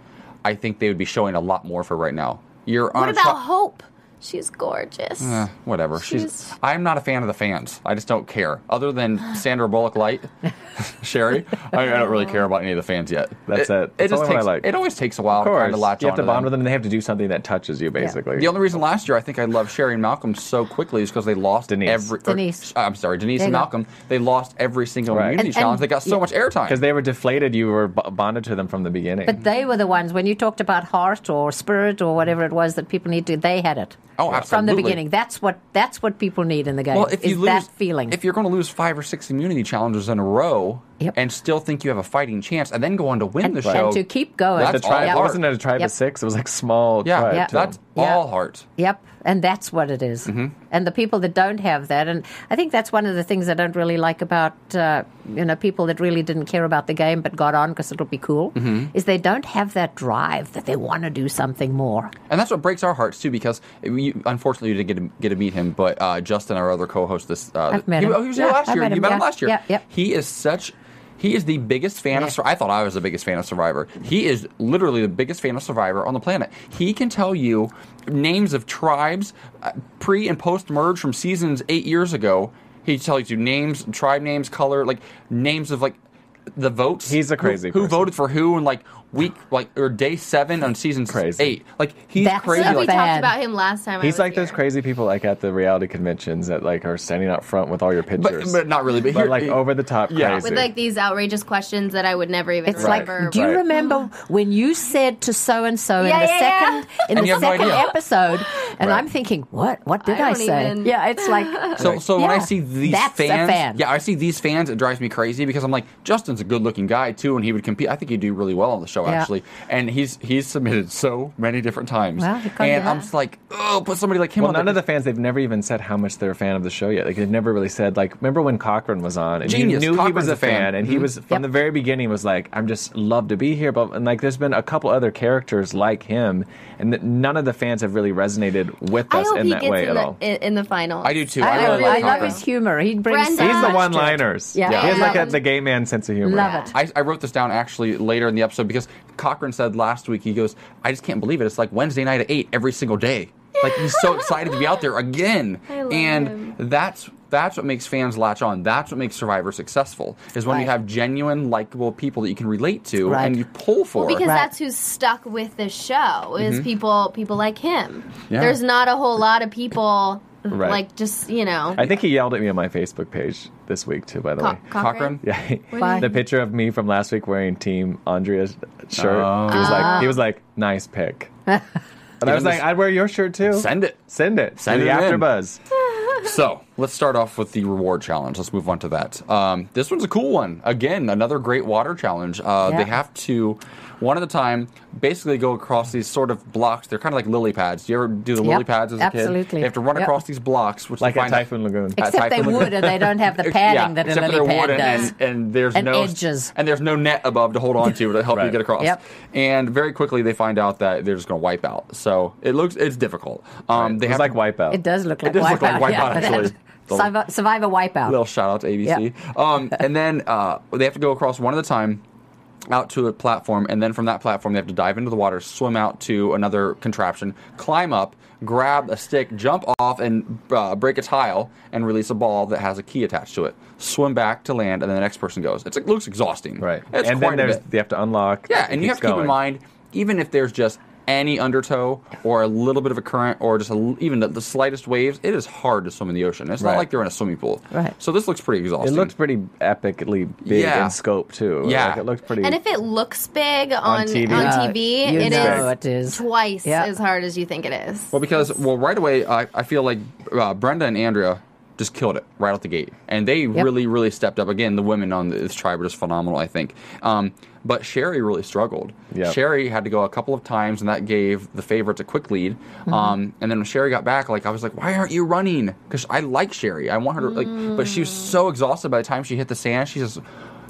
Speaker 2: I think they would be showing a lot more for right now. You're on
Speaker 5: What
Speaker 2: a
Speaker 5: about
Speaker 2: tri-
Speaker 5: Hope? She's gorgeous.
Speaker 2: Eh, whatever. She's,
Speaker 5: She's-
Speaker 2: I'm not a fan of the fans. I just don't care. Other than Sandra Bullock Light, Sherry, I, I don't really care about any of the fans yet.
Speaker 4: That's it. That's the
Speaker 2: just
Speaker 4: only one I
Speaker 2: takes,
Speaker 4: like.
Speaker 2: It always takes a while
Speaker 4: Of
Speaker 2: to
Speaker 4: course,
Speaker 2: kind of latch
Speaker 4: you have to
Speaker 2: onto
Speaker 4: bond with them, and they have to do something that touches you, basically.
Speaker 2: The only reason last year I think I loved Sherry and Malcolm so quickly is because they lost
Speaker 4: Denise.
Speaker 2: every. or-
Speaker 6: Denise.
Speaker 2: I'm sorry, Denise
Speaker 6: There
Speaker 2: and
Speaker 6: you go.
Speaker 2: Malcolm. They lost every single
Speaker 4: Right.
Speaker 2: immunity
Speaker 6: And-
Speaker 2: challenge.
Speaker 6: and-
Speaker 2: they got so
Speaker 6: yeah.
Speaker 2: much airtime.
Speaker 4: because they were deflated, you were b- bonded to them from the beginning.
Speaker 6: But they were the ones when you talked about heart or spirit or whatever it was that people need to. They had it.
Speaker 2: Oh,
Speaker 6: From the
Speaker 2: absolutely.
Speaker 6: beginning, that's what that's what people need in the game.
Speaker 2: Well, if
Speaker 6: is
Speaker 2: you lose
Speaker 6: that feeling?
Speaker 2: if you're going to lose five or six immunity challenges in a row,
Speaker 6: Yep.
Speaker 2: and still think you have a fighting chance, and then go on to win
Speaker 6: and,
Speaker 2: the show,
Speaker 6: and to keep going.
Speaker 2: That's
Speaker 4: the tribe
Speaker 2: all
Speaker 4: wasn't it a tribe
Speaker 6: Yep.
Speaker 4: of six? It was like small
Speaker 2: yeah,
Speaker 4: tribe.
Speaker 6: Yeah.
Speaker 4: too.
Speaker 2: that's
Speaker 6: Yeah.
Speaker 2: all heart.
Speaker 6: Yep, and that's what it is.
Speaker 2: Mm-hmm.
Speaker 6: And the people that don't have that, and I think that's one of the things I don't really like about uh, you know people that really didn't care about the game but got on because it'll be cool,
Speaker 2: Mm-hmm.
Speaker 6: is they don't have that drive that they want to do something more.
Speaker 2: And that's what breaks our hearts too, because we, unfortunately you didn't get to, get to meet him. But uh, Justin, our other co-host, this uh,
Speaker 6: I've met
Speaker 2: he,
Speaker 6: him.
Speaker 2: oh, he was here
Speaker 6: Yeah,
Speaker 2: last
Speaker 6: I
Speaker 2: year.
Speaker 6: met
Speaker 2: you
Speaker 6: him,
Speaker 2: met him
Speaker 6: yeah.
Speaker 2: last year.
Speaker 6: Yeah, yeah.
Speaker 2: He is such. He is the biggest fan of. Sur- I thought I was the biggest fan of Survivor. He is literally the biggest fan of Survivor on the planet. He can tell you names of tribes, uh, pre and post merge from seasons eight years ago. He tells you names, tribe names, color, like names of like the votes.
Speaker 4: He's a
Speaker 2: who-
Speaker 4: crazy
Speaker 2: Who,
Speaker 4: person.
Speaker 2: voted for who and like week like or day seven on season
Speaker 4: Crazy.
Speaker 2: eight. Like he's
Speaker 6: That's
Speaker 2: crazy.
Speaker 6: so
Speaker 5: we
Speaker 2: like,
Speaker 5: talked
Speaker 6: Bad.
Speaker 5: about him last time. I
Speaker 4: He's
Speaker 5: was
Speaker 4: like
Speaker 5: here.
Speaker 4: those crazy people like at the reality conventions that like are standing out front with all your
Speaker 2: but,
Speaker 4: pictures,
Speaker 2: but not really. But,
Speaker 4: But,
Speaker 2: here-
Speaker 4: like over the top
Speaker 2: Yeah.
Speaker 4: crazy.
Speaker 5: with like these outrageous questions that I would never even
Speaker 6: It's
Speaker 5: remember.
Speaker 6: like, do you
Speaker 4: Right.
Speaker 6: remember when you said to so and so in
Speaker 5: Mm-hmm. Yeah,
Speaker 6: the
Speaker 5: yeah,
Speaker 6: second in
Speaker 2: And you
Speaker 6: the
Speaker 2: have no
Speaker 6: second
Speaker 2: idea.
Speaker 6: episode? And
Speaker 4: Right.
Speaker 6: I'm thinking, what? What did
Speaker 5: I
Speaker 6: I,
Speaker 5: don't
Speaker 6: say?
Speaker 5: even-
Speaker 6: Yeah, it's like
Speaker 2: So, so when I
Speaker 6: Yeah.
Speaker 2: see these
Speaker 6: That's a
Speaker 2: fans,
Speaker 6: fan.
Speaker 2: yeah, I see these fans, it drives me crazy because I'm like, Justin's a good-looking guy too, and he would compete. I think he'd do really well on the show
Speaker 6: Yeah.
Speaker 2: actually, and he's he's submitted so many different times,
Speaker 6: Well, he can't
Speaker 2: and
Speaker 6: do
Speaker 2: I'm
Speaker 6: that.
Speaker 2: just like, oh, put somebody like him
Speaker 4: well,
Speaker 2: on
Speaker 4: none
Speaker 2: there.
Speaker 4: of the fans they've never even said how much they're a fan of the show yet. Like they've never really said like remember when Cochran was on and
Speaker 2: Genius.
Speaker 4: you knew he
Speaker 2: Cochran's
Speaker 4: was
Speaker 2: a
Speaker 4: a
Speaker 2: fan.
Speaker 4: fan, and he was from
Speaker 6: Yep.
Speaker 4: the very beginning was like I'm just love to be here. But and like there's been a couple other characters like him, and that none of the fans have really resonated with
Speaker 5: I
Speaker 4: us
Speaker 5: hope
Speaker 4: in
Speaker 5: he
Speaker 4: that
Speaker 5: gets
Speaker 4: way
Speaker 5: in,
Speaker 4: at
Speaker 5: the,
Speaker 4: all.
Speaker 5: in, in the final.
Speaker 2: I do too.
Speaker 6: I,
Speaker 2: I, really
Speaker 6: know,
Speaker 2: like
Speaker 6: I love
Speaker 2: Cochran.
Speaker 6: his humor. He brings
Speaker 5: Brenda.
Speaker 6: so
Speaker 4: He's the
Speaker 6: much
Speaker 4: one
Speaker 6: to it.
Speaker 4: liners.
Speaker 6: Yeah.
Speaker 4: he has
Speaker 5: Yeah.
Speaker 4: like a, the gay man sense of humor.
Speaker 6: Love it.
Speaker 2: I, I wrote this down actually later in the episode because Cochran said last week, he goes, I just can't believe it. It's like Wednesday night at 8 every single day. Like he's so excited to be out there again.
Speaker 5: I love
Speaker 2: and
Speaker 5: him.
Speaker 2: that's that's what makes fans latch on. That's what makes Survivor successful is when you
Speaker 6: Right.
Speaker 2: have genuine, likable people that you can relate to
Speaker 6: Right.
Speaker 2: and you pull for.
Speaker 5: because
Speaker 6: Right.
Speaker 5: that's who's stuck with this show is people people like him.
Speaker 2: Yeah.
Speaker 5: There's not a whole lot of people
Speaker 4: Right.
Speaker 5: like just you know
Speaker 4: I think he yelled at me on my Facebook page this week too. By the
Speaker 5: Co-
Speaker 4: way,
Speaker 2: Cochran?
Speaker 4: Yeah.
Speaker 6: Why?
Speaker 4: The picture of me from last week wearing Team Andrea's shirt. He was like, he was like, nice pick. and I was like, I'd wear your shirt too.
Speaker 2: Send it.
Speaker 4: Send it.
Speaker 2: Send
Speaker 4: to
Speaker 2: it
Speaker 4: the
Speaker 2: in.
Speaker 4: after buzz.
Speaker 2: So let's start off with the reward challenge. Let's move on to that. Um, this one's a cool one. Again, another great water challenge. Uh,
Speaker 6: Yeah.
Speaker 2: They have to, one at a time, basically go across these sort of blocks. They're kind of like lily pads. Do you ever do the lily
Speaker 6: Yep,
Speaker 2: pads as a kid?
Speaker 6: absolutely.
Speaker 2: They have to run
Speaker 6: Yep.
Speaker 2: across these blocks, which
Speaker 4: Like
Speaker 2: they
Speaker 4: at
Speaker 2: find out-
Speaker 4: Typhoon Lagoon.
Speaker 2: At
Speaker 6: Except they
Speaker 2: Typhoon
Speaker 6: would,
Speaker 2: Lagoon.
Speaker 6: and they don't have the
Speaker 2: yeah,
Speaker 6: padding that a
Speaker 2: except for
Speaker 6: lily
Speaker 2: their
Speaker 6: pad
Speaker 2: wood and,
Speaker 6: does.
Speaker 2: and, and there's
Speaker 6: And
Speaker 2: no
Speaker 6: edges.
Speaker 2: and there's no net above to hold on to to help you
Speaker 4: Right.
Speaker 2: get across.
Speaker 6: Yep.
Speaker 2: And very quickly they find out that they're just going to wipe out. So it looks it's difficult. Um, They
Speaker 4: It was
Speaker 2: have
Speaker 4: like
Speaker 2: to-
Speaker 4: Wipeout.
Speaker 6: It does look
Speaker 2: It
Speaker 6: like
Speaker 2: does
Speaker 6: wipeout.
Speaker 2: look like Wipeout, actually.
Speaker 6: Survivor, Survivor wipeout.
Speaker 2: Little shout out to ABC. Um, and then uh, they have to go across one at a time out to a platform, and then from that platform, they have to dive into the water, swim out to another contraption, climb up, grab a stick, jump off, and uh, break a tile, and release a ball that has a key attached to it. Swim back to land, and then the next person goes. It's, it looks exhausting.
Speaker 4: Right.
Speaker 2: It's
Speaker 4: and
Speaker 2: quite
Speaker 4: then
Speaker 2: a
Speaker 4: there's
Speaker 2: bit.
Speaker 4: you have to unlock.
Speaker 2: Yeah,
Speaker 4: It
Speaker 2: and you have
Speaker 4: keeps
Speaker 2: to keep in
Speaker 4: going.
Speaker 2: mind, even if there's just any undertow or a little bit of a current or just a l even the, the slightest waves, it is hard to swim in the ocean. It's not
Speaker 4: Right.
Speaker 2: like they're in a swimming pool.
Speaker 6: Right.
Speaker 2: So this looks pretty
Speaker 4: It
Speaker 2: exhausting.
Speaker 4: looked pretty epically big
Speaker 2: Yeah.
Speaker 4: in scope too.
Speaker 2: Yeah.
Speaker 4: Like, it looked pretty.
Speaker 5: and if it looks big on on TV,
Speaker 4: TV. Yeah,
Speaker 6: you
Speaker 5: it
Speaker 6: know
Speaker 5: is
Speaker 6: it is.
Speaker 5: twice
Speaker 6: Yeah.
Speaker 5: as hard as you think it is.
Speaker 2: well, because well, right away, I, I feel like uh, Brenda and Andrea just killed it right out the gate, and they really, really stepped up. Again, the women on this tribe are just phenomenal, I think. Um, but Sherry really struggled.
Speaker 4: Yep.
Speaker 2: Sherry had to go a couple of times, and that gave the favorites a quick lead. Um, and then when Sherry got back, like I was like, "Why aren't you running?" Because I like Sherry. I want her to like, but she was so exhausted by the time she hit the sand. She just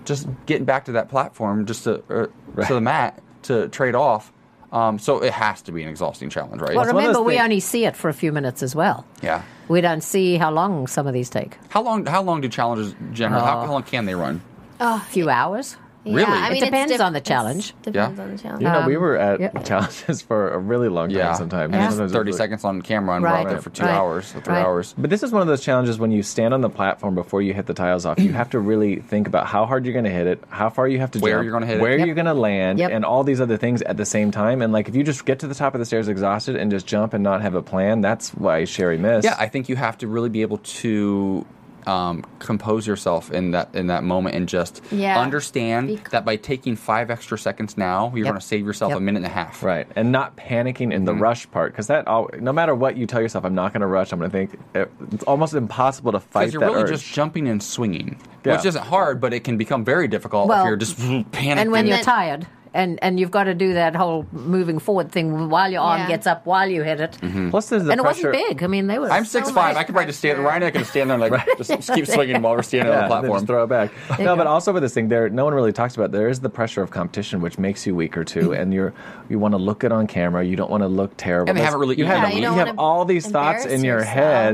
Speaker 2: just getting back to that platform, just to or, to the mat to trade off. Um, so it has to be an exhausting challenge, right?
Speaker 6: Well,
Speaker 4: It's one of
Speaker 6: remember,
Speaker 4: those
Speaker 6: we
Speaker 4: things-
Speaker 6: only see it for a few minutes as well.
Speaker 2: Yeah.
Speaker 6: We don't see how long some of these take. Uh,
Speaker 2: How long? How long do challenges generally? How, how long can they run?
Speaker 6: A few hours?
Speaker 2: Really?
Speaker 5: Yeah, I
Speaker 2: It
Speaker 5: mean, it's
Speaker 6: depends
Speaker 5: diff-
Speaker 6: on the
Speaker 5: it's-
Speaker 6: challenge.
Speaker 5: Depends
Speaker 2: Yeah.
Speaker 5: on the challenge.
Speaker 4: You know, we were at
Speaker 6: yeah.
Speaker 4: challenges for a really long time
Speaker 2: yeah.
Speaker 4: sometimes.
Speaker 2: And it's
Speaker 4: Sometimes it was
Speaker 2: 30
Speaker 4: like-
Speaker 2: seconds on camera, and we're
Speaker 6: Right.
Speaker 2: out there for two
Speaker 6: Right.
Speaker 2: hours or three
Speaker 6: Right.
Speaker 2: hours.
Speaker 4: But this is one of those challenges when you stand on the platform before you hit the tiles off. You have to really think about how hard you're going to hit it, how far you have to
Speaker 2: Where
Speaker 4: jump,
Speaker 2: you're gonna hit it.
Speaker 4: where
Speaker 6: Yep.
Speaker 4: you're going to land,
Speaker 6: Yep.
Speaker 4: and all these other things at the same time. And like if you just get to the top of the stairs exhausted and just jump and not have a plan, that's why Sherry missed.
Speaker 2: Yeah, I think you have to really be able to um, compose yourself in that in that moment and just
Speaker 5: Yeah.
Speaker 2: understand
Speaker 5: Be cal-
Speaker 2: that by taking five extra seconds now, you're
Speaker 6: Yep.
Speaker 2: going to save yourself
Speaker 6: Yep.
Speaker 2: a minute and a half.
Speaker 4: Right, and not panicking in the
Speaker 2: Mm-hmm.
Speaker 4: rush part because that all, no matter what you tell yourself, I'm not going to rush. I'm going to think it, it's almost impossible to fight
Speaker 2: Because you're
Speaker 4: that
Speaker 2: really
Speaker 4: urge.
Speaker 2: just jumping and swinging,
Speaker 4: Yeah.
Speaker 2: which isn't hard, but it can become very difficult
Speaker 6: Well,
Speaker 2: if you're just panicking.
Speaker 6: and when you're
Speaker 5: then-
Speaker 6: tired and and you've got to do that whole moving forward thing while your arm
Speaker 5: Yeah.
Speaker 6: gets up while you hit it
Speaker 4: Plus, there's the
Speaker 6: and it
Speaker 4: pressure.
Speaker 6: wasn't big i mean they were
Speaker 2: Mm-hmm. I'm six five. I could probably just stand. Ryan, and I could stand there and like just keep swinging while we're standing on
Speaker 4: Yeah,
Speaker 2: the
Speaker 4: and then
Speaker 2: platform.
Speaker 4: just throw it back.
Speaker 6: you
Speaker 4: no,
Speaker 6: go.
Speaker 4: but also with this thing, there no one really talks about. There is the pressure of competition, which makes you weaker too, and you're you want to look good on camera. You don't want to look terrible.
Speaker 2: Mm. And they
Speaker 4: That's-
Speaker 2: haven't really
Speaker 4: You
Speaker 2: eaten
Speaker 4: have,
Speaker 2: all
Speaker 4: you
Speaker 2: week.
Speaker 5: don't
Speaker 4: have
Speaker 5: wanna
Speaker 4: all these thoughts in
Speaker 5: embarrass
Speaker 4: your
Speaker 5: yourself.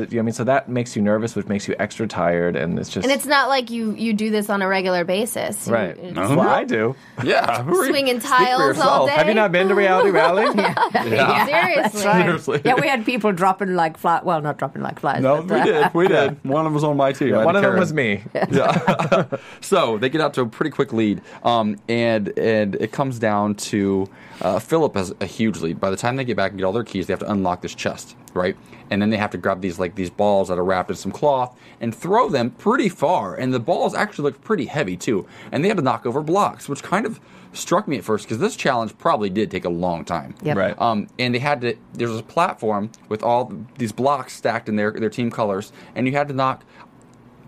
Speaker 4: head. I mean, so that makes you nervous, which makes you extra tired, and it's just
Speaker 5: And it's not like you you do this on a regular basis. You-
Speaker 4: right.
Speaker 5: it's
Speaker 4: That's what I do.
Speaker 2: yeah, who are you-
Speaker 5: Swinging
Speaker 2: Speak for
Speaker 5: tiles all
Speaker 2: yourself.
Speaker 5: day.
Speaker 4: Have you not been to Reality Valley?
Speaker 2: Yeah.
Speaker 5: Seriously.
Speaker 2: Seriously.
Speaker 6: yeah we had people dropping like fly well not dropping like flies
Speaker 2: No,
Speaker 6: but, uh,
Speaker 2: we did. We did. One of them was on my team. I had
Speaker 4: One of them
Speaker 2: Karen.
Speaker 4: was me.
Speaker 2: Yeah. so they get out to a pretty quick lead, um, and and it comes down to uh, Philip has a huge lead. By the time they get back and get all their keys, they have to unlock this chest, right? And then they have to grab these like these balls that are wrapped in some cloth and throw them pretty far. And the balls actually look pretty heavy too. And they had to knock over blocks, which kind of struck me at first because this challenge probably did take a long time.
Speaker 6: Yep.
Speaker 4: Right.
Speaker 2: Um, and they had to. There's this platform with all these blocks stacked in their their team colors, and you had to knock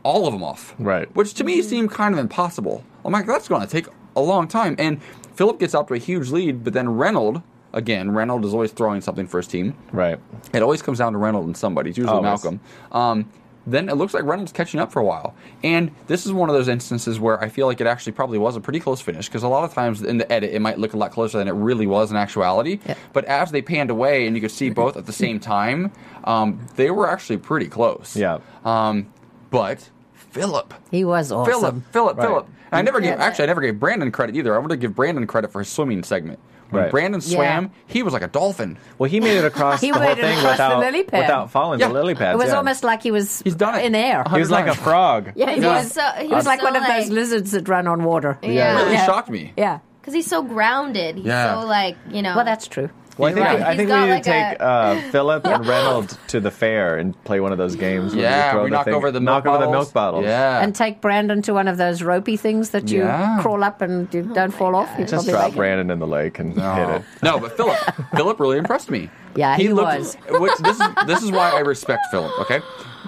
Speaker 2: all of them off.
Speaker 4: Right.
Speaker 2: Which to me seemed kind of impossible. I'm like, that's going to take a long time. And Philip gets out to a huge lead, but then Reynold, again, Reynold is always throwing something for his team.
Speaker 4: Right.
Speaker 2: It always comes down to Reynolds and somebody. It's usually
Speaker 4: Always.
Speaker 2: Malcolm. Um, then it looks like Reynolds catching up for a while. And this is one of those instances where I feel like it actually probably was a pretty close finish because a lot of times in the edit it might look a lot closer than it really was in actuality.
Speaker 6: Yeah.
Speaker 2: But as they panned away and you could see both at the same time, um, they were actually pretty close.
Speaker 4: Yeah.
Speaker 2: Um, but Philip.
Speaker 6: he was awesome
Speaker 2: Philip, Philip,
Speaker 4: Right.
Speaker 2: Philip. And I never gave
Speaker 5: Yeah.
Speaker 2: actually I never gave Brandon credit either. I wanted to give Brandon credit for his swimming segment. When
Speaker 4: Right.
Speaker 2: Brandon
Speaker 6: Yeah.
Speaker 2: swam, he was like a dolphin.
Speaker 4: Well, he made it across
Speaker 6: He
Speaker 4: the whole
Speaker 6: made it
Speaker 4: thing
Speaker 6: across the
Speaker 4: without,
Speaker 6: lily pad.
Speaker 4: without falling
Speaker 2: Yeah.
Speaker 4: the lily pads.
Speaker 6: it was
Speaker 4: yeah.
Speaker 6: almost like he was
Speaker 2: He's done it.
Speaker 6: in air
Speaker 4: He was like a frog.
Speaker 6: yeah he
Speaker 5: Yeah.
Speaker 6: was
Speaker 5: So-
Speaker 6: he
Speaker 5: he
Speaker 6: was
Speaker 5: was
Speaker 6: like
Speaker 5: so,
Speaker 6: one of those
Speaker 5: like-
Speaker 6: lizards that run on water
Speaker 2: It
Speaker 5: Yeah.
Speaker 2: really
Speaker 6: Yeah.
Speaker 2: shocked me.
Speaker 6: yeah
Speaker 5: Because he's so grounded. He's
Speaker 2: Yeah.
Speaker 5: so like, you know.
Speaker 6: well that's true
Speaker 4: Well, I think,
Speaker 2: Right.
Speaker 4: I think
Speaker 5: He's
Speaker 4: we
Speaker 5: got
Speaker 4: need
Speaker 5: like
Speaker 4: to take
Speaker 5: a-
Speaker 4: uh, Philip and Reynolds to the fair and play one of those games. where
Speaker 2: Yeah,
Speaker 4: you throw
Speaker 2: we
Speaker 4: the
Speaker 2: knock
Speaker 4: thing-
Speaker 2: over the milk
Speaker 4: knock over the
Speaker 2: bottles.
Speaker 4: milk bottles.
Speaker 2: Yeah,
Speaker 6: and take Brandon to one of those ropey things that you
Speaker 2: Uh. Yeah.
Speaker 6: crawl up and you don't fall off. You'd
Speaker 4: Just
Speaker 6: probably
Speaker 4: drop
Speaker 6: like it.
Speaker 4: Brandon in the lake and
Speaker 2: no.
Speaker 4: hit it.
Speaker 2: Oh. No, but Philip, Philip really impressed me.
Speaker 6: Yeah, he
Speaker 2: looked,
Speaker 6: was.
Speaker 2: Which, this is this is why I respect Philip. Okay,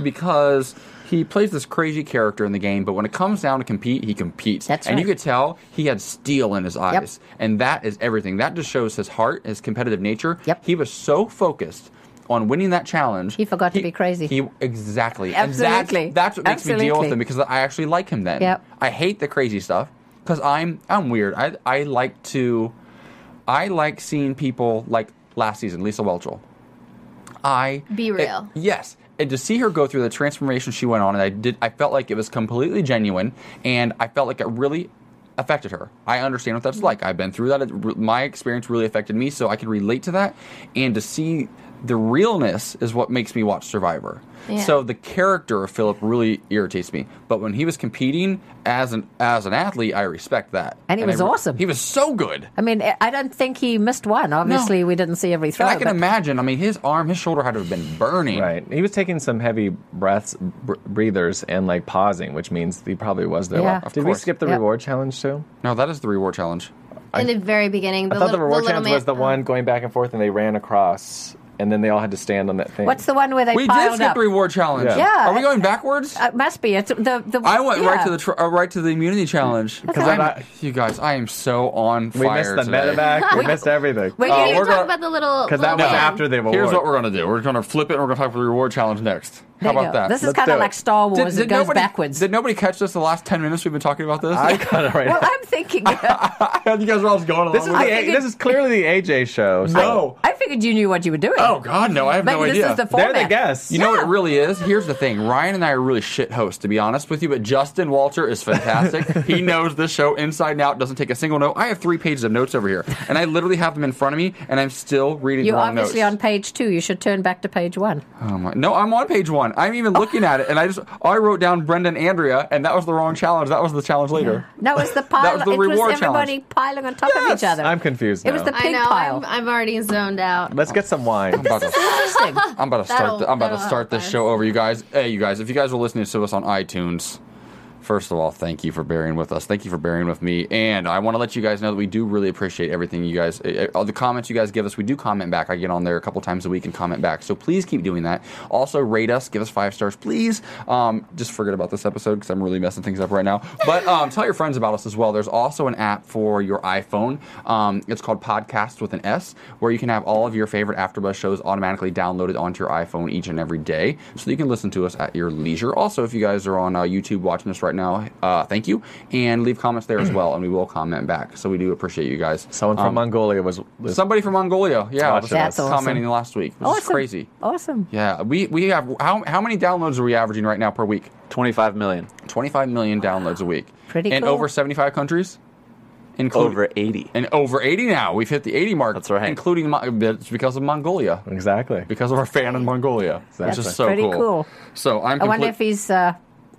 Speaker 2: because. He plays this crazy character in the game, but when it comes down to compete, he competes.
Speaker 6: That's
Speaker 2: and you
Speaker 6: right.
Speaker 2: could tell he had steel in his eyes. And that is everything. That just shows his heart, his competitive nature.
Speaker 6: Yep.
Speaker 2: He was so focused on winning that challenge.
Speaker 6: He forgot to be crazy.
Speaker 2: He exactly.
Speaker 6: Absolutely.
Speaker 2: And that's, that's what makes me deal with
Speaker 6: Absolutely.
Speaker 2: him because I actually like him then.
Speaker 6: Yep.
Speaker 2: I hate the crazy stuff because I'm I'm weird. I I like to, I like seeing people like last season Lisa Welchel. I
Speaker 5: Be
Speaker 2: it-
Speaker 5: real.
Speaker 2: yes, and to see her go through the transformation she went on, and I did. I felt like it was completely genuine, and I felt like it really affected her. I understand what
Speaker 5: Mm-hmm.
Speaker 2: that's like. I've been through that. It re- my experience really affected me, so I can relate to that. And to see the realness is what makes me watch Survivor.
Speaker 5: Yeah.
Speaker 2: So the character of Philip really irritates me. But when he was competing as an as an athlete, I respect that.
Speaker 6: And he was
Speaker 2: I re-
Speaker 6: awesome.
Speaker 2: He was so good.
Speaker 6: I mean, I I don't think he missed one. Obviously, we didn't see every throw.
Speaker 2: and I can
Speaker 6: but-
Speaker 2: imagine. I mean, his arm, his shoulder had to have been burning.
Speaker 4: Right. He was taking some heavy breaths, br- breathers, and like pausing, which means he probably was there. a
Speaker 6: Yeah.
Speaker 4: while.
Speaker 6: Of
Speaker 4: Did we
Speaker 2: course.
Speaker 4: skip the
Speaker 6: Yep.
Speaker 4: reward challenge too?
Speaker 2: No, that is the reward challenge.
Speaker 5: in the very beginning. The
Speaker 4: I thought
Speaker 5: little,
Speaker 4: the reward
Speaker 5: little
Speaker 4: challenge
Speaker 5: man- uh,
Speaker 4: was the one going back and forth, and they ran across, and then they all had to stand on that thing.
Speaker 6: What's the one where they
Speaker 2: We did
Speaker 6: piled
Speaker 2: skip
Speaker 6: up?
Speaker 2: the reward challenge.
Speaker 4: Yeah.
Speaker 6: Yeah.
Speaker 2: Are we going backwards?
Speaker 6: It must be. It's the the.
Speaker 2: I went right
Speaker 6: yeah.
Speaker 2: to the tr- uh, right to the immunity challenge. Because
Speaker 4: I'm
Speaker 2: I'm
Speaker 4: not-
Speaker 2: you guys, I am so on
Speaker 4: we
Speaker 2: fire
Speaker 4: missed the
Speaker 2: today.
Speaker 4: medevac. we missed everything.
Speaker 5: Wait,
Speaker 2: Oh,
Speaker 5: you
Speaker 2: we're
Speaker 5: were
Speaker 2: gonna-
Speaker 5: talking about the little.
Speaker 4: Because that
Speaker 5: little
Speaker 4: was
Speaker 5: man.
Speaker 4: after the award.
Speaker 2: Here's what we're gonna do. We're gonna flip it and we're gonna talk about the reward challenge next. How
Speaker 6: There you
Speaker 2: about
Speaker 6: go.
Speaker 2: that?
Speaker 6: This is
Speaker 4: Let's
Speaker 6: kind
Speaker 4: do
Speaker 6: of
Speaker 4: it.
Speaker 6: like Star Wars. it goes
Speaker 2: nobody,
Speaker 6: backwards.
Speaker 2: Did nobody catch this the last 10 minutes we've been talking about this?
Speaker 4: I got it right
Speaker 6: well,
Speaker 4: now.
Speaker 6: I'm thinking. I
Speaker 2: you guys are all just going along
Speaker 4: This is,
Speaker 2: with
Speaker 4: the,
Speaker 2: it.
Speaker 6: I think
Speaker 4: this is clearly the AJ show. so-
Speaker 2: No.
Speaker 6: figured you knew what you were doing.
Speaker 2: Oh, God, no. I have
Speaker 6: Maybe
Speaker 2: no
Speaker 6: this
Speaker 2: idea.
Speaker 6: is the
Speaker 4: They're
Speaker 6: format.
Speaker 4: the guests.
Speaker 2: You know what it really is? Here's the thing. Ryan and I are really shit hosts, to be honest with you, but Justin Walter is fantastic. he knows this show inside and out, doesn't take a single note. I have three pages of notes over here, and I literally have them in front of me, and I'm still reading
Speaker 6: You're
Speaker 2: the wrong
Speaker 6: obviously on
Speaker 2: notes.
Speaker 6: page two. You should turn back to page one.
Speaker 2: oh my, no, I'm on page one. I'm even looking at it, and I just I wrote down Brendan Andrea, and that was the wrong challenge. That was the challenge later.
Speaker 6: No, it was the
Speaker 2: That
Speaker 6: pile.
Speaker 2: was the
Speaker 6: it was
Speaker 2: reward
Speaker 6: everybody
Speaker 2: challenge.
Speaker 6: piling on top of
Speaker 2: Yes,
Speaker 6: each other.
Speaker 4: I'm confused.
Speaker 6: It was
Speaker 4: now.
Speaker 6: the
Speaker 5: I
Speaker 6: pig
Speaker 5: know.
Speaker 6: pile.
Speaker 5: I'm, I'm already zoned out.
Speaker 4: Let's get some wine.
Speaker 2: I'm about to-
Speaker 6: Interesting.
Speaker 2: I'm about to
Speaker 5: That'll-
Speaker 2: start. The, I'm about to
Speaker 5: that'll
Speaker 2: start this
Speaker 5: help us.
Speaker 2: show over, you guys. Hey, you guys, if you guys are listening to us on iTunes, first of all, thank you for bearing with us. Thank you for bearing with me. And I want to let you guys know that we do really appreciate everything you guys, eh, eh, all the comments you guys give us. We do comment back. I get on there a couple times a week and comment back. So please keep doing that. Also, rate us, give us five stars, please. Um, just forget about this episode because I'm really messing things up right now. But um, tell your friends about us as well. There's also an app for your iPhone. Um, it's called Podcast with an S, where you can have all of your favorite AfterBuzz shows automatically downloaded onto your iPhone each and every day, so you can listen to us at your leisure. Also, if you guys are on uh, YouTube watching us right now, uh, thank you, and leave comments there as well, and we will comment back. So we do appreciate you guys.
Speaker 4: Someone from
Speaker 2: Um,
Speaker 4: Mongolia was. was
Speaker 2: somebody from Mongolia, yeah,
Speaker 4: Watch
Speaker 2: was
Speaker 6: That's awesome.
Speaker 2: commenting last week. This is
Speaker 6: Awesome.
Speaker 2: crazy.
Speaker 6: Awesome.
Speaker 2: Yeah, we we have how how many downloads are we averaging right now per week?
Speaker 3: 25 million.
Speaker 2: 25 million downloads a week.
Speaker 6: Pretty
Speaker 2: And
Speaker 6: cool.
Speaker 2: over 75 countries? Including,
Speaker 3: Over 80.
Speaker 2: And over 80 now. We've hit the 80 mark.
Speaker 3: That's right.
Speaker 2: Including, Mo- it's because of Mongolia.
Speaker 4: exactly.
Speaker 2: Because of our fan in Mongolia. That's
Speaker 4: That's
Speaker 2: just so
Speaker 6: pretty
Speaker 2: cool.
Speaker 6: cool.
Speaker 2: So I'm
Speaker 6: I wonder
Speaker 2: complete-
Speaker 6: if he's uh,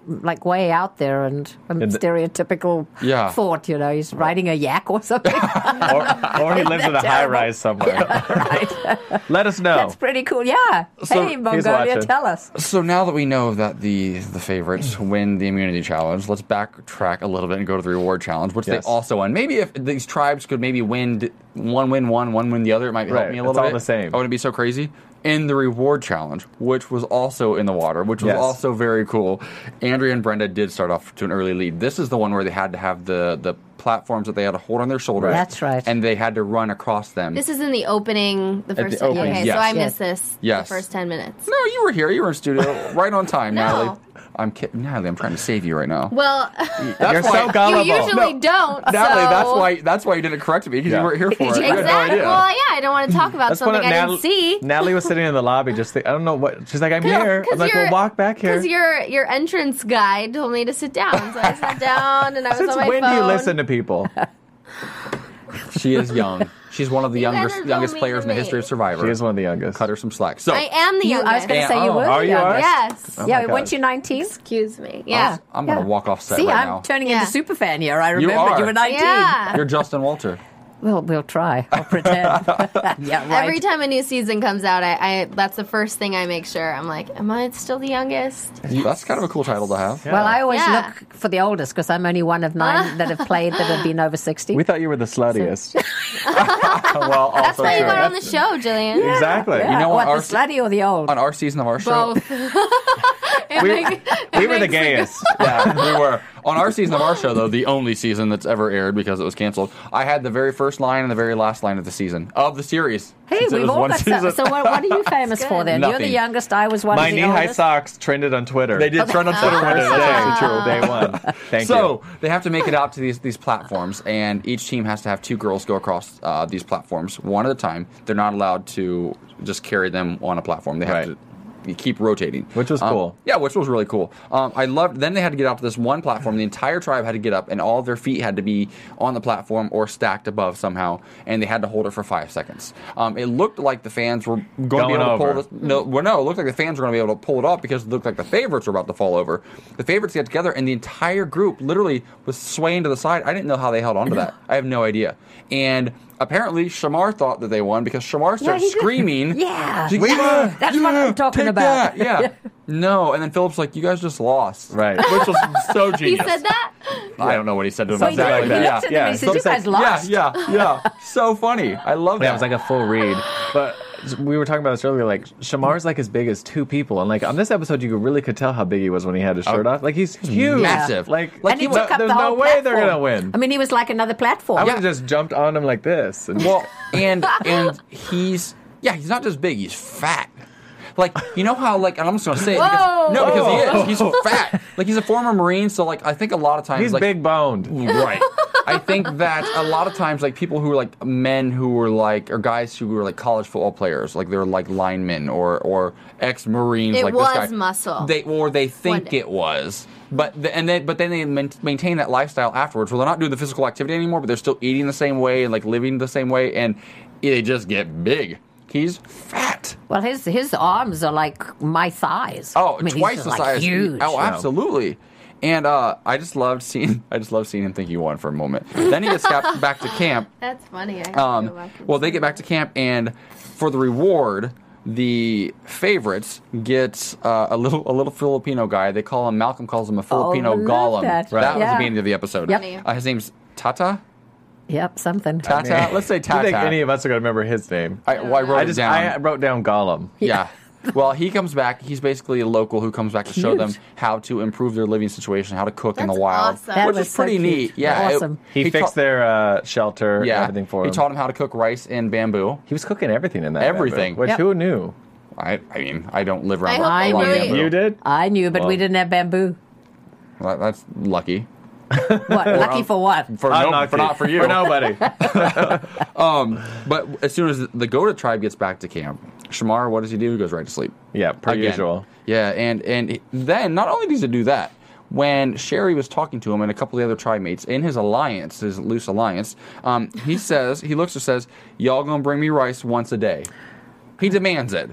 Speaker 6: like way out there and a
Speaker 4: the-
Speaker 6: stereotypical
Speaker 2: Yeah. Oh.
Speaker 6: thought, you know, he's riding a yak or something.
Speaker 4: or, or he lives in a
Speaker 6: Terrible.
Speaker 4: high rise somewhere.
Speaker 6: right.
Speaker 4: Let us know.
Speaker 6: That's pretty cool. Yeah.
Speaker 2: So-
Speaker 6: hey,
Speaker 2: He's
Speaker 6: Mongolia,
Speaker 4: watching.
Speaker 6: tell us.
Speaker 2: So now that we know that the the favorites
Speaker 4: Mm.
Speaker 2: win the immunity challenge, let's backtrack a little bit and go to the reward challenge, which
Speaker 4: Yes.
Speaker 2: they also won. Maybe if these tribes could maybe win d- one, win one, one win the other, it might help
Speaker 4: Right,
Speaker 2: me a
Speaker 4: it's
Speaker 2: little
Speaker 4: all
Speaker 2: bit.
Speaker 4: the same.
Speaker 2: Oh, would it be so crazy? In the reward challenge, which was also in the water, which was
Speaker 4: Yes.
Speaker 2: also very cool. Andrea and Brenda did start off to an early lead. This is the one where they had to have the the platforms that they had to hold on their shoulders.
Speaker 6: That's right.
Speaker 2: And they had to run across them.
Speaker 5: This is in the opening. The
Speaker 2: the
Speaker 5: first.
Speaker 2: opening,
Speaker 5: okay,
Speaker 2: yes.
Speaker 5: so I
Speaker 2: Yes.
Speaker 5: missed this.
Speaker 2: Yes.
Speaker 5: The first ten minutes.
Speaker 2: no, you were here. You were in studio right on time,
Speaker 5: No.
Speaker 2: Natalie. I'm kidding, Natalie. I'm trying to save you right now.
Speaker 5: Well,
Speaker 2: That's
Speaker 4: You're
Speaker 2: why-
Speaker 4: so gullible.
Speaker 5: you usually
Speaker 2: No.
Speaker 5: don't.
Speaker 2: Natalie,
Speaker 5: so-
Speaker 2: that's why that's why you didn't correct me because
Speaker 4: Yeah.
Speaker 2: you weren't here for it. I had no
Speaker 5: Exactly.
Speaker 2: idea.
Speaker 5: Well, yeah, I don't want to talk about
Speaker 4: That's
Speaker 5: something
Speaker 4: when
Speaker 5: I
Speaker 4: Natal-
Speaker 5: didn't see.
Speaker 4: Natalie was sitting in the lobby, just think, I don't know what. She's like, I'm here. I'm like, well, walk back here.
Speaker 5: Because your your entrance guy told me to sit down, so I sat down and I was
Speaker 4: Since
Speaker 5: on my
Speaker 4: when
Speaker 5: phone.
Speaker 4: do you listen to people?
Speaker 2: she is young. She's one of the
Speaker 5: You guys
Speaker 2: youngest
Speaker 5: are so
Speaker 2: youngest
Speaker 5: mean
Speaker 2: players
Speaker 5: to
Speaker 2: in the
Speaker 5: me.
Speaker 2: history of Survivor.
Speaker 4: She is one of the youngest.
Speaker 2: Cut her some slack. So
Speaker 5: I am the
Speaker 6: You, I was
Speaker 5: youngest.
Speaker 6: going to say you
Speaker 2: Oh,
Speaker 6: were.
Speaker 2: are
Speaker 6: the
Speaker 4: you are?
Speaker 6: youngest.
Speaker 5: yes.
Speaker 4: Oh my
Speaker 6: yeah,
Speaker 4: God.
Speaker 6: weren't you 19?
Speaker 5: Excuse me. Yeah.
Speaker 2: I'm gonna
Speaker 6: Yeah.
Speaker 2: walk off set
Speaker 6: See,
Speaker 2: right
Speaker 6: I'm
Speaker 2: now.
Speaker 6: turning into
Speaker 5: Yeah.
Speaker 6: super fan here. I remember
Speaker 2: are.
Speaker 6: you, were 19.
Speaker 5: Yeah.
Speaker 2: You're Justin Walter.
Speaker 6: Well, we'll try. I'll pretend. yeah, right.
Speaker 5: Every time a new season comes out, I, I that's the first thing I make sure. I'm like, am I still the youngest?
Speaker 2: You- that's kind of a cool title to have.
Speaker 6: Well, I always
Speaker 5: Yeah.
Speaker 6: look for the oldest because I'm only one of nine that have played that have been over 60.
Speaker 4: We thought you were the sluttiest.
Speaker 2: well, also
Speaker 5: That's why you
Speaker 2: true.
Speaker 5: got on the show, Jillian.
Speaker 4: exactly.
Speaker 6: yeah.
Speaker 2: You know what,
Speaker 6: what,
Speaker 2: our-
Speaker 6: the slutty or the old?
Speaker 2: on our season of our show.
Speaker 5: Both. It make- it
Speaker 4: We were
Speaker 5: makes
Speaker 4: the
Speaker 5: me go-
Speaker 4: gayest.
Speaker 2: yeah, we were. On our season of our show, though, the only season that's ever aired because it was canceled, I had the very first line and the very last line of the season of the series.
Speaker 6: Hey,
Speaker 2: since it
Speaker 6: we've
Speaker 2: was
Speaker 6: all
Speaker 2: one
Speaker 6: got
Speaker 2: season.
Speaker 6: some. So, what, what are you famous for then? You're the
Speaker 2: Nothing.
Speaker 6: youngest. I was one
Speaker 4: My
Speaker 6: of the
Speaker 4: knee high
Speaker 6: oldest.
Speaker 4: socks trended on Twitter.
Speaker 2: They did trend on Twitter.
Speaker 4: Trended
Speaker 2: Wednesday.
Speaker 4: today. Day one. Thank
Speaker 2: so
Speaker 4: you.
Speaker 2: they have to make it out to these these platforms, and each team has to have two girls go across uh, these platforms one at a time. They're not allowed to just carry them on a platform. They have
Speaker 4: Right.
Speaker 2: to keep rotating,
Speaker 4: Which was
Speaker 2: Um,
Speaker 4: cool.
Speaker 2: Yeah, which was really cool. Um, I loved. Then they had to get out to this one platform. The entire tribe had to get up, and all of their feet had to be on the platform or stacked above somehow, and they had to hold it for five seconds. Um, it looked like the fans were going, to be
Speaker 4: Going
Speaker 2: able to
Speaker 4: over.
Speaker 2: pull this. No, well, no, it looked like the fans were going to be able to pull it off because it looked like the favorites were about to fall over. The favorites got together, and the entire group literally was swaying to the side. I didn't know how they held on to that. I have no idea. And apparently, Shamar thought that they won because Shamar started
Speaker 6: he did.
Speaker 2: screaming.
Speaker 6: Yeah.
Speaker 2: She's like,
Speaker 6: That's-
Speaker 2: "Yeah,
Speaker 6: that's what
Speaker 2: yeah,
Speaker 6: I'm talking
Speaker 2: take that,
Speaker 6: about."
Speaker 2: Yeah. no, and then Philip's like, "You guys just lost,"
Speaker 4: Right.
Speaker 2: Which was so
Speaker 5: He
Speaker 2: genius.
Speaker 5: said that.
Speaker 2: I don't know what he said to him.
Speaker 6: So he,
Speaker 2: exactly.
Speaker 6: did, he
Speaker 4: that.
Speaker 6: looked at them
Speaker 4: Yeah,
Speaker 6: and he said,
Speaker 4: so
Speaker 6: You
Speaker 4: it's like-
Speaker 6: guys lost.
Speaker 2: Yeah, yeah, yeah. so funny. I love that.
Speaker 4: Yeah, it was like a full read. But we were talking about this earlier. Like Shamar's like as big as two people, and like on this episode, you really could tell how big he was when he had his shirt off. Like he's
Speaker 2: Oh.
Speaker 4: huge,
Speaker 2: massive.
Speaker 4: Like,
Speaker 2: Like
Speaker 6: And he
Speaker 2: he wa-
Speaker 6: took up
Speaker 4: there's
Speaker 6: the
Speaker 4: no
Speaker 6: whole
Speaker 4: way they're
Speaker 6: platform.
Speaker 4: gonna win.
Speaker 6: I mean, he was like another
Speaker 4: I
Speaker 6: platform.
Speaker 4: would have just jumped on him like this. And
Speaker 2: Well, and and he's yeah, he's not just big. He's fat. Like you know how like and I'm just gonna say it because, no because he is he's fat. Like he's a former Marine, so like I think a lot of times
Speaker 4: He's
Speaker 2: like
Speaker 4: big boned.
Speaker 2: Right. I think that a lot of times, like people who are like men who were like, or guys who were like college football players, like they're like linemen or or ex Marines.
Speaker 5: It
Speaker 2: like this
Speaker 5: was
Speaker 2: guy,
Speaker 6: Oh.
Speaker 5: muscle.
Speaker 2: They or they think
Speaker 5: day.
Speaker 2: it was, but the, and then but then they main- maintain that lifestyle afterwards. Well, they're not doing the physical activity anymore, but they're still eating the same way and like living the same way, and they just get big. He's fat.
Speaker 6: Well, his his arms are like my thighs.
Speaker 2: Oh,
Speaker 6: I mean, he's
Speaker 2: twice
Speaker 6: just,
Speaker 2: the
Speaker 6: like,
Speaker 2: size.
Speaker 6: Huge.
Speaker 2: Oh, absolutely. And uh, I just loved seeing I just loved seeing him think he won for a moment. Then he gets cap- back to camp.
Speaker 5: That's funny. I have to go
Speaker 2: Um,
Speaker 5: back and
Speaker 2: well, they
Speaker 5: see.
Speaker 2: get back to camp, and for the reward, the favorites get uh, a little a little Filipino guy. They call him Malcolm calls him a Filipino
Speaker 6: I Oh, love
Speaker 2: golem.
Speaker 6: that.
Speaker 2: That was the
Speaker 6: Yeah.
Speaker 2: beginning of the episode.
Speaker 6: Yep.
Speaker 2: Uh, his name's Tata.
Speaker 6: Yep, something.
Speaker 2: Tata. Let's say
Speaker 4: Do you
Speaker 2: Tata.
Speaker 4: think any of us are gonna remember his name?
Speaker 2: I, well, I wrote
Speaker 4: I
Speaker 2: it
Speaker 4: just
Speaker 2: down.
Speaker 4: I wrote down Gollum.
Speaker 2: Yeah. well, he comes back. He's basically a local who comes back to show
Speaker 6: Cute.
Speaker 2: them how to improve their living situation, how to cook in the
Speaker 5: That's
Speaker 2: wild,
Speaker 5: awesome. That
Speaker 2: which
Speaker 6: was
Speaker 2: is
Speaker 6: so
Speaker 2: pretty
Speaker 6: cute.
Speaker 2: neat. Yeah, it-
Speaker 6: Awesome.
Speaker 4: He, fixed
Speaker 2: taught-
Speaker 4: their uh, shelter,
Speaker 2: yeah
Speaker 4: everything for
Speaker 2: He
Speaker 4: him.
Speaker 2: taught them how to cook rice in bamboo.
Speaker 4: He was cooking everything in that
Speaker 2: Everything.
Speaker 4: bamboo, which
Speaker 6: Yep.
Speaker 4: who knew?
Speaker 2: I, I mean, I don't live around.
Speaker 5: I
Speaker 2: a
Speaker 5: hope
Speaker 2: lot
Speaker 5: they
Speaker 2: of
Speaker 5: really-
Speaker 2: bamboo.
Speaker 4: You did?
Speaker 6: I knew, but we
Speaker 4: Well.
Speaker 6: didn't have bamboo.
Speaker 2: Well, that's lucky.
Speaker 6: What? Lucky for what?
Speaker 2: For,
Speaker 4: I'm
Speaker 2: no, for
Speaker 4: kidding.
Speaker 2: not for you.
Speaker 4: For nobody.
Speaker 2: But as soon as the Goda tribe gets back to camp, Shamar, what does he do? He goes right to sleep.
Speaker 4: yeah, per
Speaker 2: Again.
Speaker 4: usual.
Speaker 2: Yeah, and and then not only does he do that, when Sherry was talking to him and a couple of the other tribe mates in his alliance, his loose alliance, um, he says he looks and says, "Y'all gonna bring me rice once a day." He demands it,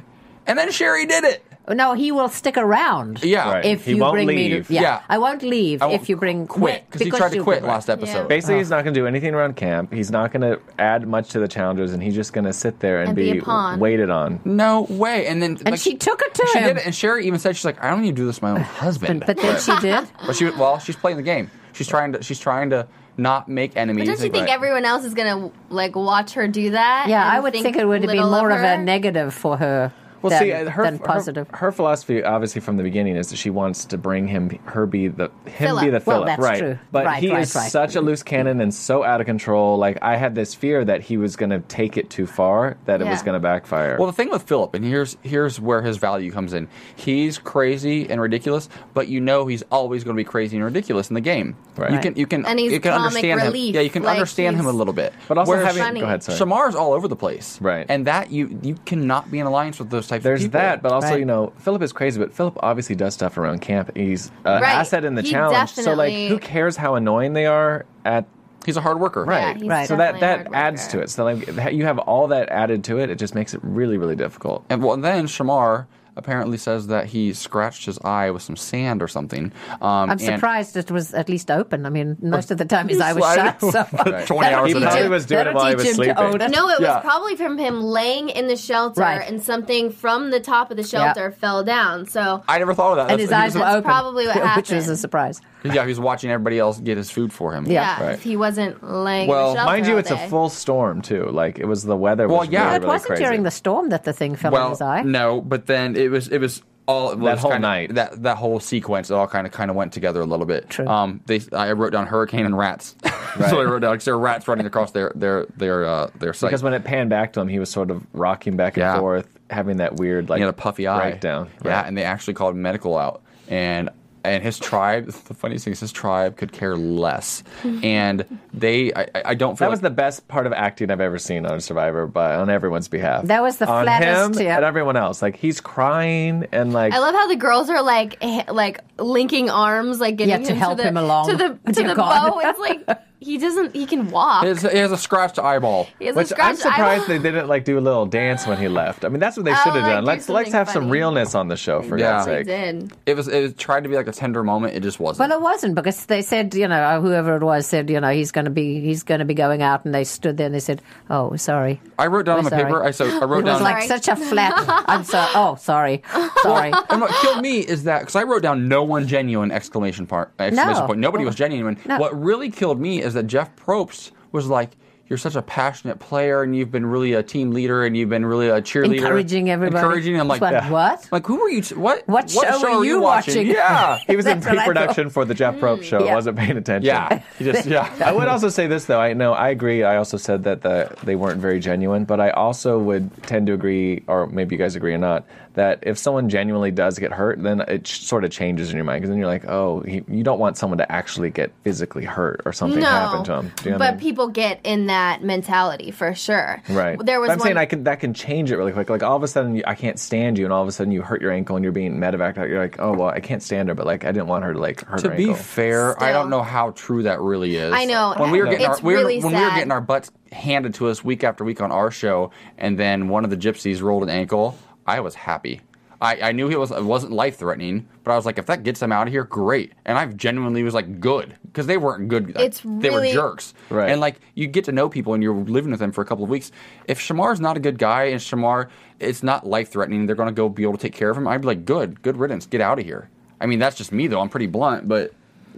Speaker 2: and then Sherry did it.
Speaker 6: No, he will stick around.
Speaker 2: Yeah,
Speaker 4: Right.
Speaker 6: If
Speaker 4: He
Speaker 6: you
Speaker 4: won't
Speaker 6: bring me,
Speaker 4: leave.
Speaker 6: to, yeah,
Speaker 2: Yeah.
Speaker 6: I won't leave
Speaker 2: I won't
Speaker 6: if you bring
Speaker 2: quit because he tried to
Speaker 6: you-
Speaker 2: quit last episode.
Speaker 4: Basically,
Speaker 6: Oh.
Speaker 4: he's not going to do anything around camp. He's not going to add much to the challenges, and he's just going to sit there and,
Speaker 5: And be a pawn.
Speaker 4: waited on.
Speaker 2: No way. And then
Speaker 6: And she took it to
Speaker 2: she
Speaker 6: him.
Speaker 2: did it, and Sherry even said she's like, "I don't need to do this to my own husband."
Speaker 6: But then she did.
Speaker 2: But she well, she's playing the game. She's trying to she's trying to not make enemies.
Speaker 5: But don't you think
Speaker 2: but-
Speaker 5: everyone else is gonna like watch her do that?
Speaker 6: Yeah,
Speaker 5: and
Speaker 6: I would think, it would have been
Speaker 5: little
Speaker 6: more of,
Speaker 5: her?
Speaker 6: a negative for her
Speaker 4: Well,
Speaker 6: than,
Speaker 4: see, uh, her,
Speaker 6: than
Speaker 4: her-
Speaker 6: positive.
Speaker 4: Her, philosophy, obviously from the beginning, is that she wants to bring him, her be the him
Speaker 5: Philip.
Speaker 4: be the
Speaker 6: Well,
Speaker 4: Philip,
Speaker 6: that's
Speaker 4: right?
Speaker 6: true.
Speaker 4: But
Speaker 6: Right,
Speaker 4: he
Speaker 6: right,
Speaker 4: is
Speaker 6: right.
Speaker 4: such a loose cannon and so out of control. Like I had this fear that he was going to take it too far, that it was
Speaker 5: Yeah.
Speaker 4: going to backfire.
Speaker 2: Well, the thing with Philip, and here's here's where his value comes in. He's crazy and ridiculous, but you know he's always going to be crazy and ridiculous in the game.
Speaker 4: Right.
Speaker 2: You can you can
Speaker 5: And he's
Speaker 2: you can
Speaker 5: comic
Speaker 2: understand him.
Speaker 5: relief,
Speaker 2: Yeah, you can
Speaker 5: like
Speaker 2: understand him a
Speaker 5: he's-
Speaker 2: little bit.
Speaker 4: but also
Speaker 2: Whereas
Speaker 4: having
Speaker 5: funny.
Speaker 4: go ahead, sorry.
Speaker 2: Shamar's all over the place,
Speaker 4: Right.
Speaker 2: And that you you cannot be in alliance with those types.
Speaker 4: There's
Speaker 2: of people.
Speaker 4: that, but also
Speaker 6: Right.
Speaker 4: you know Philip is crazy, but Philip obviously does stuff around camp. He's an
Speaker 5: Right.
Speaker 4: asset in the
Speaker 5: He
Speaker 4: challenge. So like,
Speaker 5: definitely-
Speaker 4: who cares how annoying they are at
Speaker 2: he's a hard worker,
Speaker 4: right?
Speaker 5: he's
Speaker 6: Right.
Speaker 4: So that
Speaker 5: definitely a
Speaker 4: that
Speaker 5: hard
Speaker 4: adds
Speaker 5: worker.
Speaker 4: to it. So like, that- you have all that added to it. It just makes it really really difficult.
Speaker 2: And well, then Shamar apparently says that he scratched his eye with some sand or something. Um,
Speaker 6: I'm
Speaker 2: and-
Speaker 6: surprised it was at least open. I mean, most of the time his eye was
Speaker 2: Slide
Speaker 6: shut. So
Speaker 2: it 20 hours
Speaker 4: He
Speaker 2: a
Speaker 4: probably
Speaker 2: day.
Speaker 4: was doing it
Speaker 6: That'll
Speaker 4: while he
Speaker 6: teach
Speaker 4: was
Speaker 6: him to
Speaker 4: sleeping.
Speaker 6: own it.
Speaker 5: No, it
Speaker 2: Yeah.
Speaker 5: was probably from him laying in the shelter
Speaker 6: Right.
Speaker 5: and something from the top of the shelter fell down. So
Speaker 2: I never thought of that.
Speaker 6: and
Speaker 2: That's-
Speaker 6: his
Speaker 2: he
Speaker 6: eyes
Speaker 2: was-
Speaker 6: were open.
Speaker 5: probably what
Speaker 6: Which was a
Speaker 5: happened.
Speaker 6: surprise.
Speaker 2: Yeah, he was watching everybody else get his food for him.
Speaker 6: Yeah.
Speaker 5: yeah,
Speaker 4: Right.
Speaker 5: if he wasn't laying.
Speaker 2: Well,
Speaker 5: in the shelter
Speaker 4: Mind you,
Speaker 5: all
Speaker 4: it's a
Speaker 5: day.
Speaker 4: full storm too. Like it was the weather.
Speaker 2: Well,
Speaker 4: was
Speaker 2: yeah.
Speaker 4: really,
Speaker 2: It
Speaker 6: it
Speaker 4: really
Speaker 6: wasn't
Speaker 4: crazy.
Speaker 6: during the storm that the thing fell in
Speaker 2: Well,
Speaker 6: his eye.
Speaker 2: no, but then it was it was all it was
Speaker 4: whole
Speaker 2: kinda-
Speaker 4: night.
Speaker 2: That that whole sequence, it all kind of kind of went together a little bit.
Speaker 6: True.
Speaker 2: Um, they I wrote down hurricane and rats. That's what I wrote down because there were rats running across their their their uh, their site.
Speaker 4: because when it panned back to him, he was sort of rocking back and
Speaker 2: Yeah.
Speaker 4: forth, having that weird like
Speaker 2: he had a puffy eye
Speaker 4: breakdown.
Speaker 2: Yeah,
Speaker 4: Right.
Speaker 2: and they actually called medical out and. And his tribe, the funniest thing is his tribe could care less, and they. I, I I don't feel
Speaker 4: That
Speaker 2: like-
Speaker 4: was the best part of acting I've ever seen on Survivor, but on everyone's behalf.
Speaker 6: That was the
Speaker 4: on
Speaker 6: flattest,
Speaker 4: him
Speaker 6: yeah.
Speaker 4: and everyone else. Like he's crying and like
Speaker 5: I love how the girls are like eh, like linking arms, like getting
Speaker 6: Yeah,
Speaker 5: him
Speaker 6: to help
Speaker 5: the,
Speaker 6: him along.
Speaker 5: to the to
Speaker 6: Dear
Speaker 5: the
Speaker 6: God.
Speaker 5: bow. It's like he doesn't. He can walk.
Speaker 2: He has- he has a scratched eyeball.
Speaker 5: he has a
Speaker 4: which I'm
Speaker 5: scratched eyeball.
Speaker 4: surprised they didn't like do a little dance when he left. I mean, that's what they
Speaker 5: Oh,
Speaker 4: should have
Speaker 5: like,
Speaker 4: done.
Speaker 5: do
Speaker 4: Let's let's
Speaker 5: something
Speaker 4: have some
Speaker 5: funny.
Speaker 4: realness on the show for
Speaker 2: Yeah.
Speaker 4: God's
Speaker 5: They
Speaker 4: sake.
Speaker 5: did.
Speaker 2: It was. It tried to be like a tender moment. It just wasn't.
Speaker 6: Well, it wasn't because they said, you know, uh, whoever it was said, you know, he's going to be he's going to be going out, and they stood there and they said, "Oh, sorry."
Speaker 2: I wrote down on my
Speaker 6: We're
Speaker 2: paper.
Speaker 6: sorry.
Speaker 2: I so I wrote
Speaker 6: It was
Speaker 2: down.
Speaker 6: like
Speaker 5: Sorry.
Speaker 6: such a flat. I'm sorry. Oh, sorry, sorry.
Speaker 2: and what killed me is that because I wrote down no one genuine exclamation part exclamation
Speaker 6: No.
Speaker 2: point. Nobody was genuine.
Speaker 6: No.
Speaker 2: What really killed me is that Jeff Probst was like, "You're such a passionate player, and you've been really a team leader, and you've been really a cheerleader,
Speaker 6: Encouraging everybody.
Speaker 2: encouraging." I'm like,
Speaker 6: What-
Speaker 2: "Yeah."
Speaker 6: what?
Speaker 2: Like, who were you? T- what?
Speaker 6: What show were you watching?
Speaker 2: Yeah,
Speaker 4: He was in
Speaker 6: That's what I thought. Mm,
Speaker 4: pre-production for the Jeff Probst show.
Speaker 6: Yeah.
Speaker 4: wasn't paying attention.
Speaker 2: yeah. He just yeah.
Speaker 4: I would also say this though. I know I agree. I also said that the, they weren't very genuine, but I also would tend to agree, or maybe you guys agree or not, that if someone genuinely does get hurt, then it sh- sort of changes in your mind because then you're like, oh, he, you don't want someone to actually get physically hurt or something
Speaker 5: no,
Speaker 4: happen to him. Do you know what
Speaker 5: but
Speaker 4: I mean?
Speaker 5: people get in that mentality for sure.
Speaker 4: Right.
Speaker 5: There was
Speaker 4: But I'm
Speaker 5: one,
Speaker 4: saying I can that can change it really quick. Like all of a sudden you, I can't stand you, and all of a sudden you hurt your ankle, and you're being medevac. You're like, oh well, I can't stand her, but like I didn't want her to like hurt
Speaker 2: To
Speaker 4: her
Speaker 2: be
Speaker 4: ankle.
Speaker 2: fair, I
Speaker 5: Still.
Speaker 2: don't know how true that really is.
Speaker 5: I know.
Speaker 2: when we were getting
Speaker 5: It's
Speaker 2: our, we were,
Speaker 5: really
Speaker 2: when we were
Speaker 5: sad.
Speaker 2: getting our butts handed to us week after week on our show, and then one of the gypsies rolled an ankle. I was happy. I, I knew it was it wasn't life threatening, but I was like, if that gets them out of here, great. And I genuinely was like, good, because they weren't good. Like,
Speaker 5: It's
Speaker 2: they
Speaker 5: really-
Speaker 2: were jerks.
Speaker 4: Right.
Speaker 2: And like you get to know people and you're living with them for a couple of weeks. If Shamar's not a good guy and Shamar it's not life threatening, they're gonna go be able to take care of him, I'd be like, Good, good riddance, get out of here. I mean that's just me though, I'm pretty blunt, but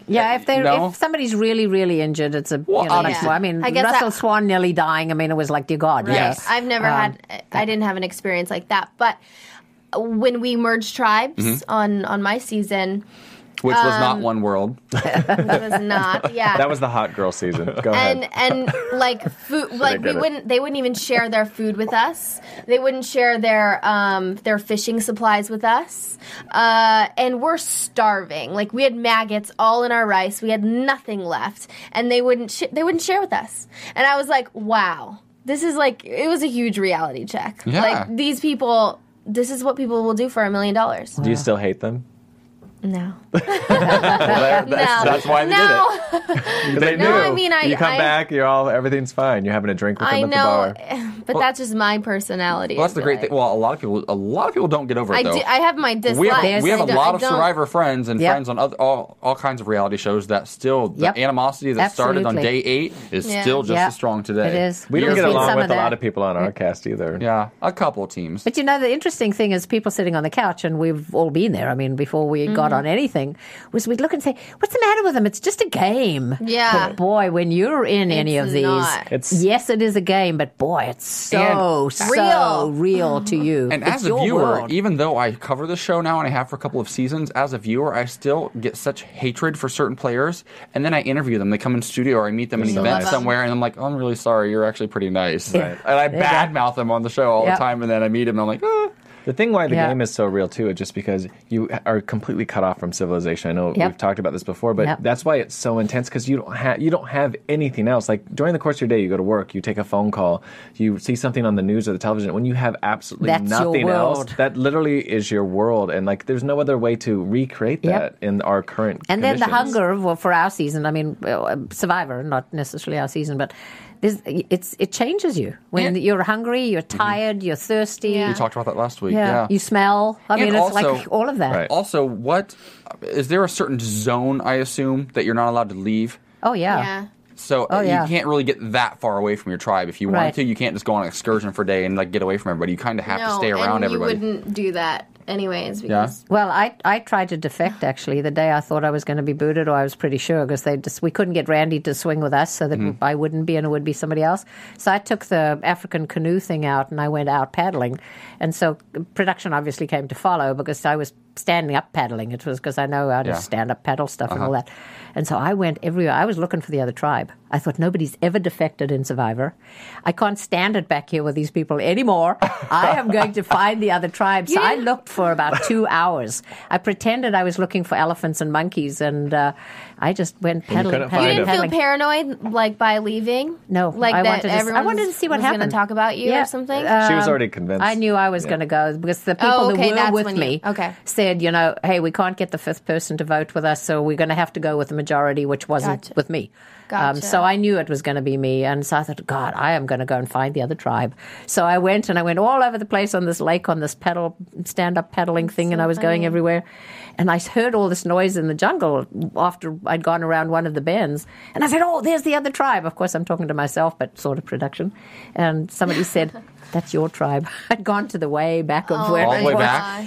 Speaker 6: Yeah, if they
Speaker 2: No.
Speaker 6: if somebody's really really injured, it's a.
Speaker 2: Well,
Speaker 6: you know,
Speaker 2: obviously.
Speaker 6: I mean,
Speaker 5: I guess
Speaker 6: Russell
Speaker 5: that-
Speaker 6: Swan nearly dying. I mean, it was like, dear God,
Speaker 5: Right.
Speaker 6: yes.
Speaker 5: I've never
Speaker 6: Um,
Speaker 5: had. eh, I didn't have an experience like that. But when we merged tribes
Speaker 4: Mm-hmm.
Speaker 5: on on my season,
Speaker 2: which was not
Speaker 5: Um,
Speaker 2: one world.
Speaker 5: it was not. Yeah.
Speaker 4: That was the hot girl season. Go
Speaker 5: and
Speaker 4: ahead.
Speaker 5: and like food like
Speaker 4: I
Speaker 5: we
Speaker 4: get it?
Speaker 5: wouldn't they wouldn't even share their food with us they wouldn't share their um their fishing supplies with us uh and we're starving like we had maggots all in our rice we had nothing left and they wouldn't sh- they wouldn't share with us and i was like wow this is like it was a huge reality check
Speaker 2: Yeah.
Speaker 5: like these people this is what people will do for a million dollars
Speaker 4: Do you still hate them?
Speaker 5: no
Speaker 2: Well, that- that's,
Speaker 5: no
Speaker 2: that's why they
Speaker 5: no.
Speaker 2: did it.
Speaker 4: 'Cause They
Speaker 5: No, I mean, I-
Speaker 4: you come
Speaker 5: I-
Speaker 4: back, you're all everything's fine. You're having a drink with them
Speaker 5: I
Speaker 4: at
Speaker 5: know,
Speaker 4: the bar.
Speaker 5: but that's just my personality.
Speaker 2: Well, that's the
Speaker 5: I feel
Speaker 2: great
Speaker 5: like.
Speaker 2: thing. Well, a lot of people a lot of people don't get over it
Speaker 5: I
Speaker 2: though.
Speaker 5: do. I have my dislikes.
Speaker 2: we have, we have
Speaker 5: I
Speaker 2: a
Speaker 5: don't-
Speaker 2: lot
Speaker 5: I
Speaker 2: of
Speaker 5: don't-
Speaker 2: survivor friends and
Speaker 6: Yep.
Speaker 2: friends on other, all, all kinds of reality shows that still the
Speaker 6: Yep.
Speaker 2: animosity that started on day
Speaker 6: Absolutely.
Speaker 2: eight is
Speaker 5: Yeah.
Speaker 2: still just
Speaker 6: Yeah.
Speaker 2: as strong today.
Speaker 6: It is.
Speaker 4: We don't
Speaker 2: Years
Speaker 4: get
Speaker 6: Between
Speaker 4: along
Speaker 6: some
Speaker 4: with
Speaker 6: of
Speaker 4: a lot
Speaker 6: that-
Speaker 4: of people on our cast either.
Speaker 2: Yeah, a couple of teams.
Speaker 6: But you know, the interesting thing is people sitting on the couch, and we've all been there. I mean, before we
Speaker 5: Mm.
Speaker 6: got on anything, was we'd look and say, "What's the matter with them? It's just a game."
Speaker 5: Yeah.
Speaker 6: But boy, when you're in any
Speaker 5: It's
Speaker 6: of these,
Speaker 5: not.
Speaker 4: It's-
Speaker 6: yes, it is a game, but boy, it's so
Speaker 2: And-
Speaker 6: so real
Speaker 5: Mm.
Speaker 6: to you.
Speaker 2: And
Speaker 6: It's
Speaker 2: as a
Speaker 6: your
Speaker 2: viewer,
Speaker 6: world.
Speaker 2: even though I cover the show now and I have for a couple of seasons, as a viewer, I still get such hatred for certain players. And then I interview them. They come in studio or I meet them in an
Speaker 4: so
Speaker 2: event
Speaker 4: nice.
Speaker 2: somewhere, and I'm like, oh, I'm really sorry. You're actually pretty nice.
Speaker 6: Yeah.
Speaker 2: And I
Speaker 6: Yeah.
Speaker 2: badmouth them on the show all
Speaker 6: Yeah.
Speaker 2: the time. And then I meet them, and I'm like, ah.
Speaker 4: The thing why the
Speaker 6: Yeah.
Speaker 4: game is so real too is just because you are completely cut off from civilization. I know
Speaker 6: Yep.
Speaker 4: we've talked about this before, but
Speaker 6: Yep.
Speaker 4: that's why it's so intense because you don't have you don't have anything else. Like during the course of your day, you go to work, you take a phone call, you see something on the news or the television. When you have absolutely
Speaker 6: That's your
Speaker 4: nothing else,
Speaker 6: world.
Speaker 4: that literally is your world, and like there's no other way to recreate
Speaker 6: Yep.
Speaker 4: that in our current.
Speaker 6: And then the
Speaker 4: conditions.
Speaker 6: hunger well, for our season. I mean, well, um, Survivor, not necessarily our season, but there's, it's it changes you when you're hungry, you're tired, you're thirsty.
Speaker 2: we talked about that last week.
Speaker 6: Yeah.
Speaker 2: Mm-hmm. Yeah.
Speaker 6: you smell. I
Speaker 2: And
Speaker 6: mean, it's
Speaker 2: also-
Speaker 6: like all of that.
Speaker 4: Right.
Speaker 2: Also, what is there a certain zone? I assume that you're not allowed to leave.
Speaker 6: Oh yeah.
Speaker 5: Yeah.
Speaker 2: So uh,
Speaker 6: Oh, yeah.
Speaker 2: you can't really get that far away from your tribe if you wanted
Speaker 6: Right.
Speaker 2: to. You can't just go on an excursion for a day and like get away from everybody. You kind of have to
Speaker 5: No,
Speaker 2: stay around
Speaker 5: and
Speaker 2: everybody.
Speaker 5: You wouldn't do that anyways because
Speaker 6: Well, I I tried to defect actually the day I thought I was going to be booted, or I was pretty sure because they just we couldn't get Randy to swing with us, so that I wouldn't be and it would be somebody else. So I took the African canoe thing out and I went out paddling, and so production obviously came to follow because I was standing up paddling. It was because I know how to
Speaker 2: Yeah.
Speaker 6: stand up paddle stuff and all
Speaker 4: Uh-huh.
Speaker 6: that, and so I went everywhere. I was looking for the other tribe. I thought nobody's ever defected in Survivor. I can't stand it back here with these people anymore. I am going to find the other tribe. So I looked for about two hours. I pretended I was looking for elephants and monkeys, and uh, I just went paddling,
Speaker 4: couldn't
Speaker 6: paddling,
Speaker 5: you
Speaker 4: find
Speaker 5: didn't
Speaker 4: them.
Speaker 5: feel
Speaker 6: paddling.
Speaker 5: paranoid like by leaving.
Speaker 6: No,
Speaker 5: like
Speaker 6: I
Speaker 5: that
Speaker 6: wanted to, s- I
Speaker 5: everyone
Speaker 6: wanted to see what
Speaker 5: was
Speaker 6: happened.
Speaker 5: Gonna talk about you
Speaker 6: Yeah.
Speaker 5: or something.
Speaker 6: Uh,
Speaker 4: She was already convinced.
Speaker 6: I knew I was
Speaker 4: Yeah.
Speaker 6: going to go because the people
Speaker 5: Oh, okay,
Speaker 6: that
Speaker 5: that's
Speaker 6: were with
Speaker 5: when
Speaker 6: me
Speaker 5: you- okay.
Speaker 6: said, you know, hey, we can't get the fifth person to vote with us, so we're going to have to go with the majority, which wasn't
Speaker 5: Gotcha.
Speaker 6: with me.
Speaker 5: Gotcha.
Speaker 6: Um, so I knew it was going to be me, and so I thought, God, I am going to go and find the other tribe. So I went and I went all over the place on this lake on this paddle, stand up paddling thing, and I was going everywhere. And I heard all this noise in the jungle after I'd gone around one of the bends, and I said, "Oh, there's the other tribe." Of course, I'm talking to myself, but sort of production. And somebody said, "That's your tribe." I'd gone to the way back of where
Speaker 2: All the
Speaker 6: it
Speaker 2: way
Speaker 6: was
Speaker 2: back?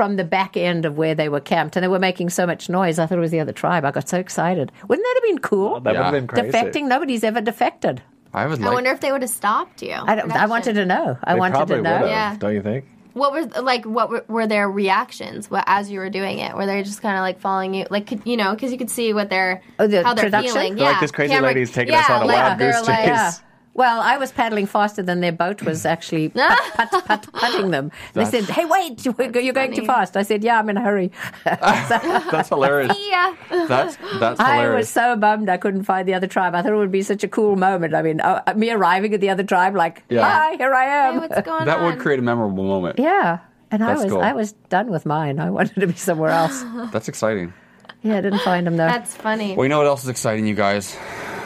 Speaker 6: from the back end of where they were camped, and they were making so much noise. I thought it was the other tribe. I got so excited. Wouldn't that have been cool?
Speaker 4: Oh, That
Speaker 2: Yeah.
Speaker 4: would have been crazy.
Speaker 6: Defecting. Nobody's ever defected.
Speaker 2: I would
Speaker 5: I
Speaker 2: like.
Speaker 5: wonder if they would have stopped you.
Speaker 6: I, don't, I wanted to know. I
Speaker 4: They
Speaker 6: wanted
Speaker 4: probably
Speaker 6: to know.
Speaker 4: would've,
Speaker 5: Yeah.
Speaker 4: Don't you think?
Speaker 5: What was like? What were, were their reactions? What as you were doing it? Were they just kind of like following you? Like could, you know, because you could see what they're
Speaker 6: Oh, the
Speaker 5: how they're
Speaker 6: production?
Speaker 5: feeling.
Speaker 6: They're
Speaker 5: yeah,
Speaker 4: like, this crazy
Speaker 5: camera-
Speaker 4: lady's taking
Speaker 5: yeah,
Speaker 4: us on a
Speaker 5: like,
Speaker 4: wild
Speaker 5: they're
Speaker 4: goose
Speaker 5: like,
Speaker 4: chase.
Speaker 6: Well, I was paddling faster than their boat was actually put, put, put, putting them. They said, "Hey, wait! You're going too
Speaker 5: funny.
Speaker 6: fast." I said, "Yeah, I'm in a hurry."
Speaker 2: That's hilarious.
Speaker 5: Yeah.
Speaker 2: That's that's
Speaker 6: I
Speaker 2: hilarious.
Speaker 6: was so bummed I couldn't find the other tribe. I thought it would be such a cool moment. I mean, uh, me arriving at the other tribe, like,
Speaker 2: Yeah.
Speaker 6: hi, here I
Speaker 5: Hey,
Speaker 6: am.
Speaker 5: what's going
Speaker 2: Um, That
Speaker 5: on?
Speaker 2: would create a memorable moment.
Speaker 6: yeah, and I
Speaker 2: That's
Speaker 6: was
Speaker 2: cool.
Speaker 6: I was done with mine. I wanted to be somewhere else.
Speaker 2: That's exciting.
Speaker 6: Yeah, I didn't find them though.
Speaker 5: That's funny.
Speaker 2: Well, you know what else is exciting, you guys?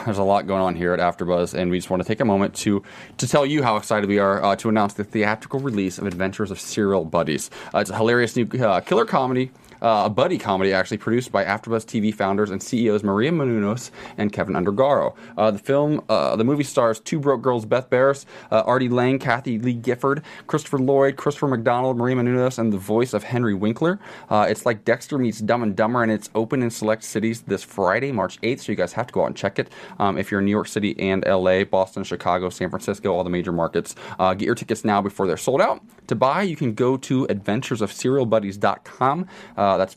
Speaker 2: There's a lot going on here at AfterBuzz, and we just want to take a moment to to tell you how excited we are uh, to announce the theatrical release of Adventures of Serial Buddies. Uh, it's a hilarious new uh, killer comedy. Uh, a buddy comedy actually produced by AfterBuzz TV founders and CEOs Maria Menounos and Kevin Undergaro. Uh, the film, uh, the movie stars two broke girls, Beth Barris, uh, Artie Lang, Kathy Lee Gifford, Christopher Lloyd, Christopher McDonald, Maria Menounos, and the voice of Henry Winkler. Uh, it's like Dexter meets Dumb and Dumber, and it's open in select cities this Friday, March 8th. So you guys have to go out and check it. Um, if you're in New York City and LA, Boston, Chicago, San Francisco, all the major markets, uh, get your tickets now before they're sold out. To buy, you can go to adventuresofserialbuddies.com. Uh, that's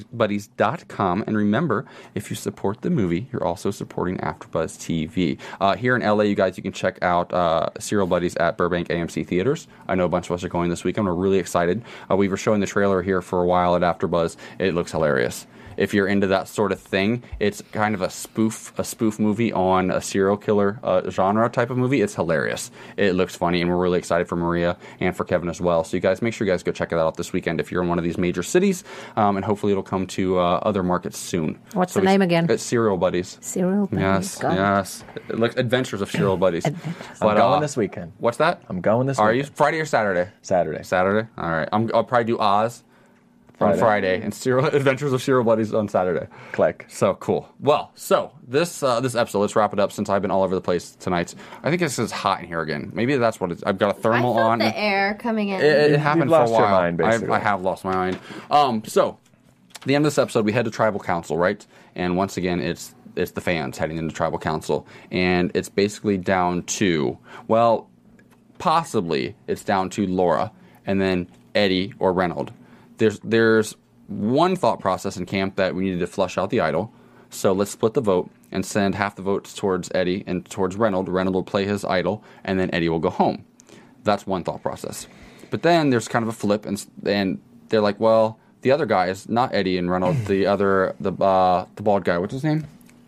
Speaker 2: adventuresofserialbuddies.com. And remember, if you support the movie, you're also supporting AfterBuzz TV. Uh, here in LA, you guys, you can check out uh, Serial Buddies at Burbank AMC Theaters. I know a bunch of us are going this weekend. We're really excited. Uh, we were showing the trailer here for a while at AfterBuzz. It looks hilarious. If you're into that sort of thing, it's kind of a spoof, a spoof movie on a serial killer uh, genre type of movie. It's hilarious. It looks funny, and we're really excited for Maria and for Kevin as well. So you guys, make sure you guys go check that out this weekend if you're in one of these major cities, um, and hopefully it'll come to uh, other markets soon.
Speaker 6: What's
Speaker 2: So
Speaker 6: the
Speaker 2: we-
Speaker 6: name again?
Speaker 2: It's Serial Buddies.
Speaker 6: Serial
Speaker 2: Yes,
Speaker 6: buddies. God.
Speaker 2: yes. It looks Adventures of Serial Buddies. But, uh,
Speaker 4: I'm going this weekend.
Speaker 2: What's that?
Speaker 4: I'm going this
Speaker 2: Are you
Speaker 4: weekend.
Speaker 2: Friday or Saturday?
Speaker 4: Saturday.
Speaker 2: Saturday. All right. I'm, I'll probably do Oz on
Speaker 4: Friday.
Speaker 2: Friday and Serial Adventures of Serial Buddies on Saturday.
Speaker 4: Click.
Speaker 2: So cool. Well, so this uh, this episode, let's wrap it up since I've been all over the place tonight. I think it's just hot in here again. Maybe that's what it's. I've got a
Speaker 5: I
Speaker 2: thermal
Speaker 5: felt
Speaker 2: on.
Speaker 5: the air coming in.
Speaker 2: It, it
Speaker 4: You've
Speaker 2: happened
Speaker 4: lost
Speaker 2: for a
Speaker 4: your
Speaker 2: while.
Speaker 4: mind,
Speaker 2: I-
Speaker 4: basically.
Speaker 2: I, have lost my mind. Um, so, the end of this episode, we head to tribal council, right? And once again, it's it's the fans heading into tribal council, and it's basically down to well, possibly it's down to Laura and then Eddie or Reynold. There's there's one thought process in camp that we needed to flush out the idol. So let's split the vote and send half the votes towards Eddie and towards Reynold. Reynold will play his idol, and then Eddie will go home. That's one thought process. But then there's kind of a flip, and and they're like, well, the other guy is not Eddie and Reynold. The other the uh, the bald guy. What's his name?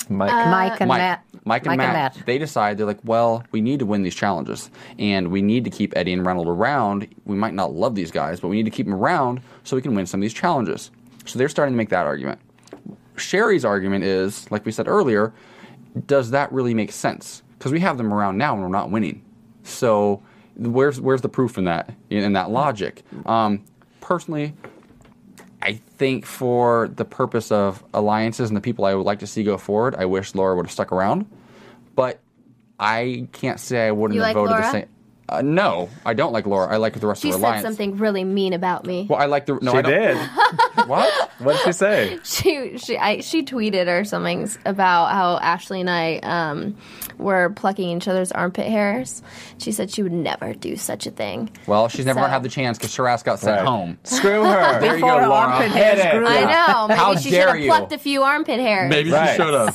Speaker 4: Mike.
Speaker 5: Uh,
Speaker 6: Mike and
Speaker 2: Mike,
Speaker 6: Matt.
Speaker 2: Mike and Matt. They decide they're like, well, we need to win these challenges, and we need to keep Eddie and Reynold around. We might not love these guys, but we need to keep them around so we can win some of these challenges. So they're starting to make that argument. Sherry's argument is, like we said earlier, does that really make sense? Because we have them around now and we're not winning. So where's where's the proof in that in, in that logic? Um, personally, I think for the purpose of alliances and the people I would like to see go forward, I wish Laura would have stuck around. But I can't say I wouldn't
Speaker 5: You
Speaker 2: have
Speaker 5: like
Speaker 2: voted the
Speaker 5: Laura?
Speaker 2: same. Uh, no, I don't like Laura. I like the rest
Speaker 5: she
Speaker 2: of
Speaker 5: said
Speaker 2: her alliance.
Speaker 5: something really mean about me.
Speaker 2: Well, I like the no.
Speaker 4: she
Speaker 2: I don't,
Speaker 4: did.
Speaker 2: What?
Speaker 4: What'd she say?
Speaker 5: She she I, she tweeted or something about how Ashley and I um, were plucking each other's armpit hairs. She said she would never do such a thing.
Speaker 2: Well, she's never gonna
Speaker 5: So-
Speaker 2: have the chance because Shiraz got sent
Speaker 4: Right.
Speaker 2: home.
Speaker 4: Screw her.
Speaker 2: There you go,
Speaker 6: Before
Speaker 2: Laura.
Speaker 6: armpit
Speaker 4: Hit
Speaker 6: hairs
Speaker 4: it.
Speaker 6: grew.
Speaker 5: I know. Maybe
Speaker 2: How
Speaker 5: she
Speaker 2: dare
Speaker 5: should have
Speaker 2: you.
Speaker 5: plucked a few armpit hairs.
Speaker 4: Right.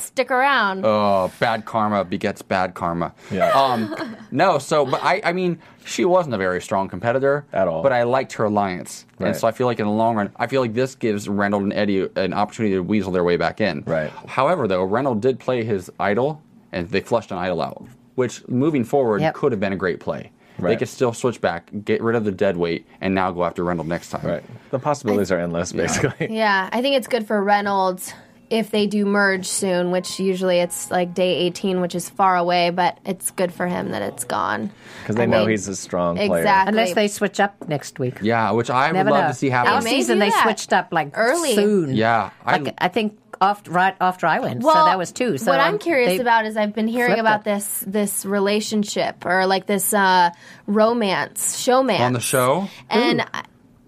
Speaker 5: Stick around.
Speaker 2: Oh, bad karma begets bad karma.
Speaker 4: Yeah.
Speaker 2: Um, no, so but I, I mean, she wasn't a very strong competitor
Speaker 4: At all.
Speaker 2: But I liked her alliance, and
Speaker 4: Right.
Speaker 2: so I feel like in the long run, I feel like this gives Reynold and Eddie an opportunity to weasel their way back in.
Speaker 4: Right.
Speaker 2: However, though, Reynold did play his idol, and they flushed an idol out, which moving forward
Speaker 6: Yep.
Speaker 2: could have been a great play. They
Speaker 4: Right.
Speaker 2: could still switch back, get rid of the dead weight, and now go after Reynold next time.
Speaker 4: Right. The possibilities are endless, basically.
Speaker 5: Yeah, I think it's good for Reynolds if they do merge soon, which usually it's like day 18, which is far away, but it's good for him that it's gone.
Speaker 4: Because they
Speaker 5: I
Speaker 4: know
Speaker 5: mean,
Speaker 4: he's a strong player.
Speaker 5: Exactly.
Speaker 6: Unless they switch up next week.
Speaker 2: Yeah, which I
Speaker 6: Never
Speaker 2: would love
Speaker 6: know.
Speaker 2: to see
Speaker 6: Our
Speaker 2: happen.
Speaker 5: may
Speaker 6: season
Speaker 5: do
Speaker 6: they
Speaker 5: that.
Speaker 6: switched up like
Speaker 5: Early.
Speaker 6: soon.
Speaker 2: Yeah, I-
Speaker 6: like I think after right after I went.
Speaker 5: Well,
Speaker 6: so that was two. So
Speaker 5: what I'm, curious
Speaker 6: they-
Speaker 5: about is I've been hearing
Speaker 6: flipped
Speaker 5: about
Speaker 6: it.
Speaker 5: this this relationship or like this uh, romance showman
Speaker 2: on the show.
Speaker 5: and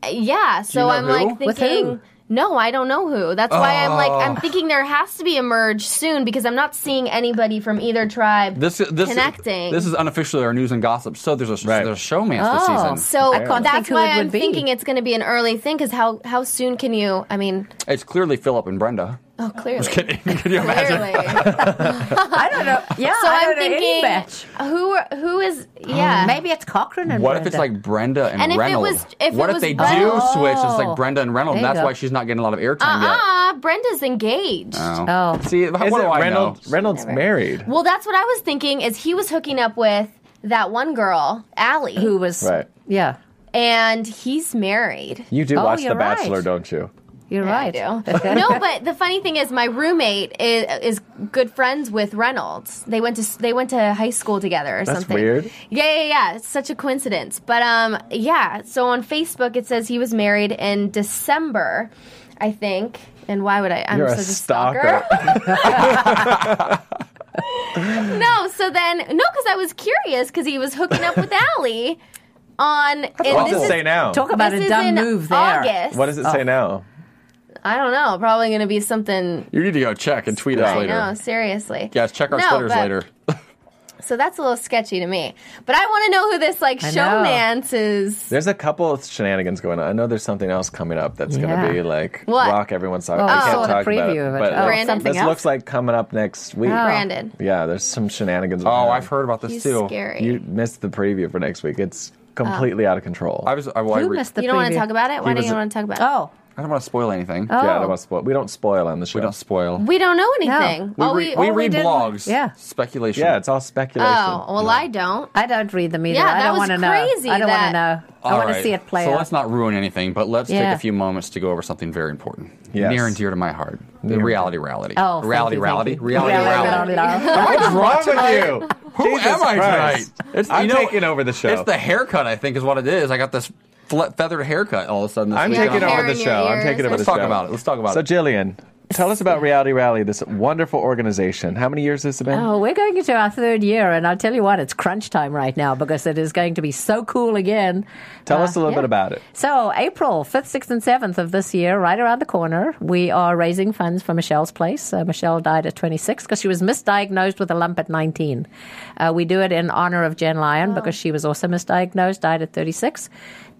Speaker 5: I, yeah, so
Speaker 2: know
Speaker 5: I'm
Speaker 2: who?
Speaker 6: With
Speaker 5: like
Speaker 6: who?
Speaker 5: thinking. No, I don't know who. That's why I'm like
Speaker 2: Ah.
Speaker 5: I'm thinking there has to be a merge soon because I'm not seeing anybody from either tribe
Speaker 2: This is this
Speaker 5: connecting.
Speaker 2: Is, this is unofficially our news and gossip. So there's a
Speaker 4: Right.
Speaker 2: there's a showman this
Speaker 6: Oh.
Speaker 2: season.
Speaker 5: So
Speaker 6: I can't
Speaker 5: that's
Speaker 6: think who
Speaker 5: why
Speaker 6: it
Speaker 5: I'm
Speaker 6: would be.
Speaker 5: thinking it's going to be an early thing because how how soon can you? I mean,
Speaker 2: It's clearly Philip and Brenda.
Speaker 5: Oh, clearly.
Speaker 2: Can, can you imagine?
Speaker 5: Clearly.
Speaker 6: I don't know. Yeah,
Speaker 5: So
Speaker 6: I
Speaker 5: I'm
Speaker 6: don't know any
Speaker 5: thinking,
Speaker 6: batch.
Speaker 5: who are- who is? Yeah,
Speaker 6: Um, Maybe it's Cochrane and
Speaker 2: What if
Speaker 6: Brenda.
Speaker 2: it's like Brenda and,
Speaker 5: And if it
Speaker 2: Reynolds?
Speaker 5: was- if
Speaker 2: what
Speaker 5: it
Speaker 2: if
Speaker 5: was
Speaker 2: they
Speaker 5: Brenda-
Speaker 2: do switch? It's like
Speaker 6: Oh.
Speaker 2: Brenda and Reynolds.
Speaker 6: There
Speaker 2: That's
Speaker 6: you go.
Speaker 2: why she's not getting a lot of airtime
Speaker 5: uh-uh, Brenda's engaged.
Speaker 2: yet.
Speaker 6: Oh.
Speaker 2: See, how, what do I
Speaker 4: Reynolds,
Speaker 2: know?
Speaker 4: Reynolds married?
Speaker 5: Well, that's what I was thinking. Is he was hooking up with that one girl, Allie,
Speaker 6: who was
Speaker 4: Right.
Speaker 6: yeah
Speaker 5: and he's married.
Speaker 4: You do
Speaker 6: Oh,
Speaker 4: watch The
Speaker 6: you're right.
Speaker 4: Bachelor, don't you?
Speaker 6: you're right
Speaker 5: I do. no, but the funny thing is, my roommate is, is good friends with Reynolds. They went to they went to high school together or
Speaker 4: That's
Speaker 5: something.
Speaker 4: weird.
Speaker 5: Yeah, yeah, yeah. It's such a coincidence. But um, yeah. So on Facebook, it says he was married in December, I think. And why would I? I'm
Speaker 4: You're
Speaker 5: such
Speaker 4: a stalker.
Speaker 5: no. So then, no, because I was curious because he was hooking up with Allie on. and
Speaker 4: what
Speaker 5: this
Speaker 4: does it
Speaker 5: is-
Speaker 4: say now?
Speaker 6: talk about Oh.
Speaker 5: this
Speaker 6: a
Speaker 5: is
Speaker 6: dumb
Speaker 5: in
Speaker 6: move there
Speaker 5: August.
Speaker 4: What does it say now?
Speaker 5: I don't know. Probably going to be something.
Speaker 2: You need to go check and tweet us
Speaker 5: I
Speaker 2: later.
Speaker 5: know. Seriously.
Speaker 2: Guys, check our
Speaker 5: No,
Speaker 2: Twitters
Speaker 5: but-
Speaker 2: later.
Speaker 5: So that's a little sketchy to me. But I want to know who this like
Speaker 6: I know.
Speaker 5: showmance is.
Speaker 4: There's a couple of shenanigans going on. I know there's something else coming up that's going
Speaker 6: Yeah.
Speaker 4: to be like
Speaker 5: What?
Speaker 4: rock everyone's talking.
Speaker 6: Oh, I
Speaker 4: I can't
Speaker 6: saw the
Speaker 4: talk about it,
Speaker 6: preview of it.
Speaker 4: but
Speaker 6: Oh,
Speaker 4: this-
Speaker 5: something
Speaker 4: this
Speaker 5: else?
Speaker 4: looks like coming up next week.
Speaker 6: Oh.
Speaker 5: Brandon.
Speaker 4: Yeah, there's some shenanigans.
Speaker 2: Oh,
Speaker 4: going
Speaker 2: I've
Speaker 4: on.
Speaker 2: heard about this
Speaker 5: He's
Speaker 2: too.
Speaker 5: scary.
Speaker 4: You
Speaker 5: You,
Speaker 4: missed the preview for next week. It's
Speaker 6: Oh.
Speaker 4: completely out of control.
Speaker 2: I was. I, well, I,
Speaker 6: who
Speaker 2: re-
Speaker 6: missed the
Speaker 5: don't want to
Speaker 6: preview?
Speaker 5: talk about it? Why
Speaker 4: He
Speaker 5: don't
Speaker 4: was-
Speaker 5: you want to talk about it?
Speaker 6: oh
Speaker 2: I don't want to spoil anything.
Speaker 6: oh
Speaker 4: yeah, I don't want to spoil. We don't spoil on the show.
Speaker 2: We don't spoil.
Speaker 5: We don't know anything.
Speaker 2: We
Speaker 5: Oh,
Speaker 2: re-
Speaker 5: we,
Speaker 2: we
Speaker 5: oh,
Speaker 2: read
Speaker 6: did-
Speaker 2: blogs.
Speaker 6: yeah.
Speaker 2: Speculation.
Speaker 4: Yeah, it's all speculation.
Speaker 5: oh, well, I don't.
Speaker 6: I don't read them either
Speaker 5: Yeah,
Speaker 6: I
Speaker 5: that
Speaker 6: don't
Speaker 5: was
Speaker 6: want to know
Speaker 5: crazy
Speaker 6: I don't
Speaker 5: that-
Speaker 6: want to know I
Speaker 2: All
Speaker 6: want
Speaker 2: right.
Speaker 6: to see it play
Speaker 2: So
Speaker 6: out
Speaker 2: let's not ruin anything, but let's
Speaker 6: Yeah.
Speaker 2: take a few moments to go over something very important,
Speaker 4: Yes.
Speaker 2: near and dear to my heart. The
Speaker 4: and
Speaker 2: reality, reality,
Speaker 6: oh thank
Speaker 2: reality,
Speaker 6: you, thank
Speaker 2: reality,
Speaker 6: you.
Speaker 2: reality, reality.
Speaker 4: What's wrong with you?
Speaker 2: Who am I tonight?
Speaker 4: It's,
Speaker 2: you
Speaker 4: I'm
Speaker 2: know,
Speaker 4: taking over the show.
Speaker 2: It's the haircut, I think, is what it is. I got this fle- feathered haircut all of a sudden. This
Speaker 4: I'm
Speaker 2: weekend.
Speaker 4: taking over
Speaker 5: hair
Speaker 4: the
Speaker 5: in your
Speaker 4: show. I'm
Speaker 5: ears.
Speaker 4: taking over the
Speaker 2: Let's
Speaker 4: show.
Speaker 2: talk about it. Let's talk about
Speaker 4: So,
Speaker 2: it.
Speaker 4: Jillian, tell us about Reality Rally, this wonderful organization. How many years has it been?
Speaker 6: Oh, we're going into our third year, and I'll tell you what, it's crunch time right now because it is going to be so cool again.
Speaker 4: Tell
Speaker 6: uh,
Speaker 4: us a little bit about it.
Speaker 6: So, April 5th, 6th, and 7th of this year, right around the corner, we are raising funds for Michelle's place. Uh, Michelle died at 26 because she was misdiagnosed with a lump at 19. Uh, we do it in honor of Jen Lyon
Speaker 4: Oh.
Speaker 6: because she was also misdiagnosed, died at 36.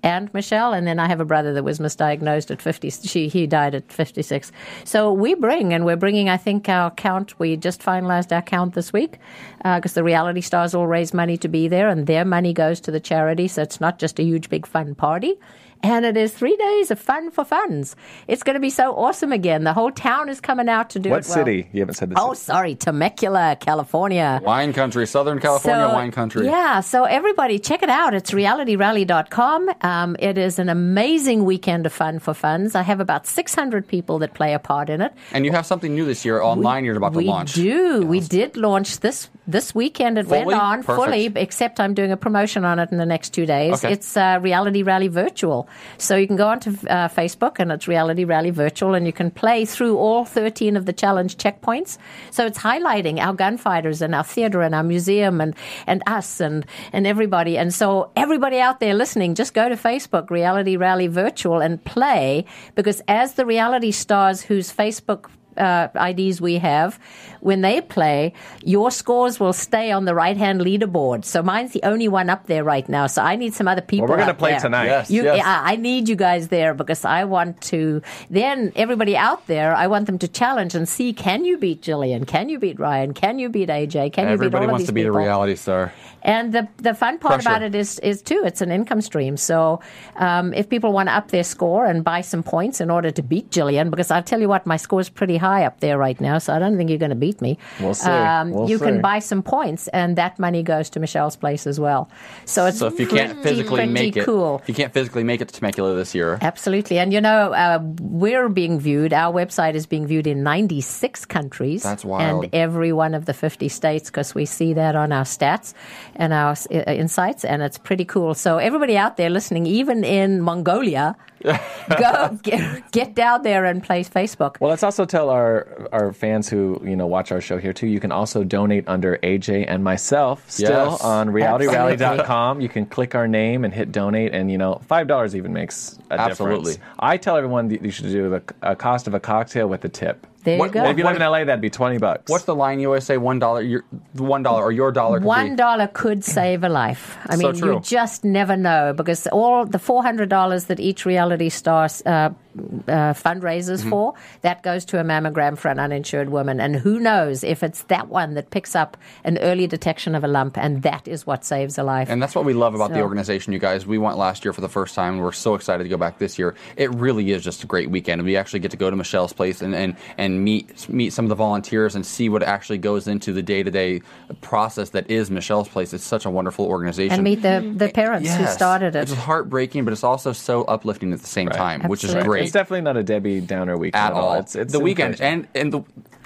Speaker 6: And Michelle, and then I have a brother that was misdiagnosed at 50. She, he died at 56. So we bring, and we're bringing, I think, our count. We just finalized our count this week because the reality stars all raise money to be there, and their money goes to the charity. So it's not just a huge, big fun party. And it is three days of fun for funds. It's going to be so awesome again. The whole town is coming out to do
Speaker 4: What
Speaker 6: it. well.
Speaker 4: city? You haven't said this.
Speaker 6: Oh, sorry, Temecula, California.
Speaker 2: Wine country, Southern California wine country.
Speaker 6: Yeah, so everybody, check it out. It's realityrally.com. Um, it is an amazing weekend of fun for funds. I have about 600 people that play a part in it.
Speaker 2: And you have something new this year online you're about to
Speaker 6: we
Speaker 2: launch.
Speaker 6: do. We did launch this this weekend. It
Speaker 2: Fully?
Speaker 6: went on fully,
Speaker 2: Perfect.
Speaker 6: except I'm doing a promotion on it in the next two days.
Speaker 2: Okay.
Speaker 6: It's uh, Reality Rally Virtual. So you can go onto uh, Facebook and it's Reality Rally Virtual, and you can play through all 13 of the challenge checkpoints. So it's highlighting our gunfighters and our theater and our museum and, and us and, and everybody. And so everybody out there listening, just go to Facebook, Reality Rally Virtual, and play because as the reality stars whose Facebook uh, IDs we have, when they play, your scores will stay on the right hand leaderboard. So mine's the only one up there right now. So I need some other people.
Speaker 4: Well, we're going to
Speaker 6: up
Speaker 4: play
Speaker 6: there.
Speaker 4: tonight.
Speaker 2: Yes.
Speaker 6: You, yeah, I need you guys there because I want to. Then everybody out there, I want them to challenge and see: Can you beat Jillian? Can you beat Ryan? Can you beat AJ? Can you beat all
Speaker 2: Everybody
Speaker 6: of
Speaker 2: wants
Speaker 6: these
Speaker 2: to be
Speaker 6: people?
Speaker 2: a reality star.
Speaker 6: And the the fun part
Speaker 2: Pressure.
Speaker 6: about it is is too it's an income stream. So um, if people want to up their score and buy some points in order to beat Jillian, because I'll tell you what, my score's pretty high up there right now, so I don't think you're going to beat me. Um,
Speaker 4: We'll see. We'll
Speaker 6: you
Speaker 4: see.
Speaker 6: can buy some points, and that money goes to Michelle's place as well. So it's
Speaker 2: So if you can't
Speaker 6: pretty,
Speaker 2: physically
Speaker 6: pretty
Speaker 2: make it,
Speaker 6: cool.
Speaker 2: if you can't physically make it to Temecula this year,
Speaker 6: Absolutely. And you know, uh, we're being viewed, our website is being viewed in 96 countries.
Speaker 2: That's wild.
Speaker 6: And every one of the 50 states, because we see that on our stats and our s- uh, insights, and it's pretty cool. So, everybody out there listening, even in Mongolia, go get, get down there and play Facebook.
Speaker 4: Well, let's also tell our our fans who you know watch our show here too. You can also donate under AJ and myself still
Speaker 2: Yes.
Speaker 4: on realityrally.com.
Speaker 6: Absolutely.
Speaker 4: You can click our name and hit donate, and you know five dollars even makes a
Speaker 2: Absolutely.
Speaker 4: difference. I tell everyone that you should do the a cost of a cocktail with a tip.
Speaker 6: there
Speaker 2: what-
Speaker 6: you go.
Speaker 4: if you live in LA, that'd be twenty bucks.
Speaker 2: what's the line you always say? One dollar, your one dollar or your dollar. could
Speaker 6: One
Speaker 2: be-
Speaker 6: dollar could save a life. I
Speaker 2: So
Speaker 6: mean,
Speaker 2: true.
Speaker 6: you just never know because all the four hundred dollars that each reality star uh, uh, fundraisers
Speaker 2: Mm-hmm.
Speaker 6: for, that goes to a mammogram for an uninsured woman. And who knows if it's that one that picks up an early detection of a lump, and that is what saves a life.
Speaker 2: And that's what we love about the
Speaker 6: So-
Speaker 2: organization, you guys. We went last year for the first time. We're so excited to go back this year. It really is just a great weekend. We actually get to go to Michelle's place and, and, and meet meet some of the volunteers and see what actually goes into the day to day process that is Michelle's place. It's such a wonderful organization.
Speaker 6: and meet the, the parents who
Speaker 2: Yes.
Speaker 6: started it.
Speaker 2: It's heartbreaking, but it's also so uplifting at the same time, which is
Speaker 6: Absolutely.
Speaker 2: great
Speaker 4: It's definitely not a Debbie Downer weekend
Speaker 2: at all.
Speaker 4: It's, it's
Speaker 2: the weekend
Speaker 4: encouraging.
Speaker 2: and and the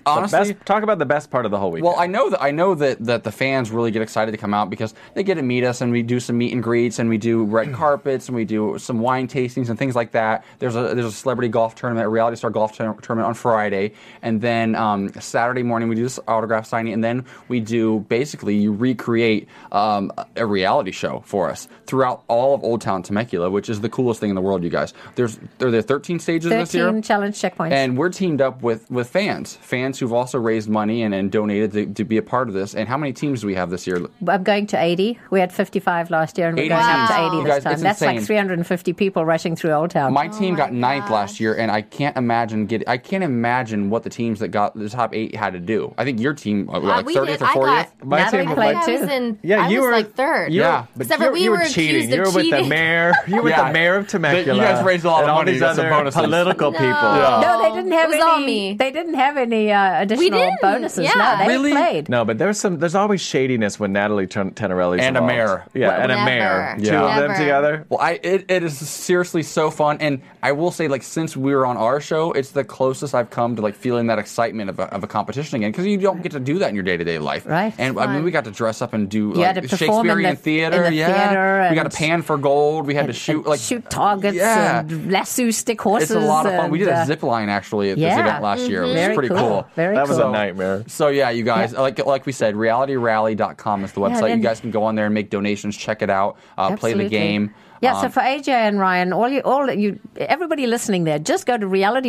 Speaker 4: The
Speaker 2: honestly.
Speaker 4: best, talk about the best part of the whole weekend.
Speaker 2: Well, I know that I know that, that the fans really get excited to come out because they get to meet us, and we do some meet and greets, and we do red carpets, and we do some wine tastings and things like that. There's a there's a celebrity golf tournament, a reality star golf tour- tournament on Friday, and then um, Saturday morning we do this autograph signing, and then we do basically you recreate um, a reality show for us throughout all of Old Town Temecula, which is the coolest thing in the world, you guys. There's there are 13 stages this year.
Speaker 6: 13 challenge checkpoints.
Speaker 2: And we're teamed up with, with fans, fans who've also raised money and, and donated to, to be a part of this. And how many teams do we have this year?
Speaker 6: I'm going to 80. We had 55 last year, and we're
Speaker 2: 80
Speaker 6: going up
Speaker 2: teams.
Speaker 6: to 80
Speaker 2: You
Speaker 6: this
Speaker 2: guys,
Speaker 6: time.
Speaker 2: it's
Speaker 6: That's like
Speaker 2: insane.
Speaker 6: 350 people rushing through Old Town.
Speaker 2: My
Speaker 5: Oh
Speaker 2: team got ninth last year, and I can't imagine get. I can't imagine what the teams that got the top eight had to do. I think your team uh, like
Speaker 5: we
Speaker 2: thirtieth or
Speaker 5: did- I got-
Speaker 2: fortieth.
Speaker 4: My
Speaker 6: Natalie
Speaker 4: team would
Speaker 6: played
Speaker 4: like-
Speaker 5: I
Speaker 6: too.
Speaker 5: was in.
Speaker 4: Yeah,
Speaker 5: I
Speaker 4: you
Speaker 5: was
Speaker 4: were
Speaker 5: like third.
Speaker 4: you were-
Speaker 2: Yeah, but
Speaker 5: except for
Speaker 4: you-
Speaker 5: we
Speaker 4: you
Speaker 5: were,
Speaker 4: were cheating.
Speaker 5: accused
Speaker 4: You
Speaker 5: of
Speaker 4: were with the
Speaker 5: cheating.
Speaker 4: mayor. You were with
Speaker 2: Yeah.
Speaker 4: the mayor of
Speaker 2: But you
Speaker 4: Temecula.
Speaker 2: guys raised a lot of
Speaker 4: and all
Speaker 2: money.
Speaker 4: These
Speaker 2: That's a
Speaker 4: other
Speaker 2: bonus.
Speaker 4: political
Speaker 5: No.
Speaker 4: people.
Speaker 5: Yeah.
Speaker 6: No, they didn't
Speaker 5: It
Speaker 6: have
Speaker 5: was
Speaker 6: any.
Speaker 5: all me.
Speaker 6: They didn't have any uh, additional
Speaker 5: Um, didn't,
Speaker 6: bonuses.
Speaker 5: yeah.
Speaker 6: No, they
Speaker 2: Really?
Speaker 6: played.
Speaker 4: No, but there's some. There's always shadiness when Natalie Ten- Tenorelli's
Speaker 2: And a
Speaker 4: involved.
Speaker 2: mayor.
Speaker 4: Yeah,
Speaker 5: Well,
Speaker 4: and a
Speaker 5: never.
Speaker 4: mayor. Two
Speaker 2: Yeah.
Speaker 4: of them
Speaker 5: Never.
Speaker 4: together.
Speaker 2: Well, I it, it is seriously so fun, and I will say like since we were on our show, it's the closest I've come to like feeling that excitement of a, of a competition again because you don't get to do that in your day to day life,
Speaker 6: Right.
Speaker 2: And I mean, we got to dress up and do
Speaker 6: You had
Speaker 2: like,
Speaker 6: to perform in
Speaker 2: Shakespearean
Speaker 6: the-
Speaker 2: theater,
Speaker 6: in the
Speaker 2: yeah.
Speaker 6: theater
Speaker 2: we got
Speaker 6: and-
Speaker 2: to pan for gold. We had to shoot
Speaker 6: And
Speaker 2: like
Speaker 6: shoot targets
Speaker 2: yeah.
Speaker 6: and lasso stick horses.
Speaker 2: It's a lot of fun.
Speaker 6: And,
Speaker 2: We did a
Speaker 6: uh,
Speaker 2: zip line actually at this
Speaker 6: yeah.
Speaker 2: event last year, which
Speaker 6: uh, Mm-hmm. Very
Speaker 2: is pretty cool.
Speaker 6: cool. Very
Speaker 4: That was
Speaker 6: cool.
Speaker 4: a nightmare.
Speaker 2: So yeah, you guys, like like we said, realityrally.com is the
Speaker 6: Yeah,
Speaker 2: website. you
Speaker 6: then-
Speaker 2: guys can go on there and make donations, check it out, uh, play the
Speaker 6: Absolutely.
Speaker 2: game.
Speaker 6: Yeah,
Speaker 2: Um,
Speaker 6: so for AJ and Ryan, all you, all you, everybody listening there, just go to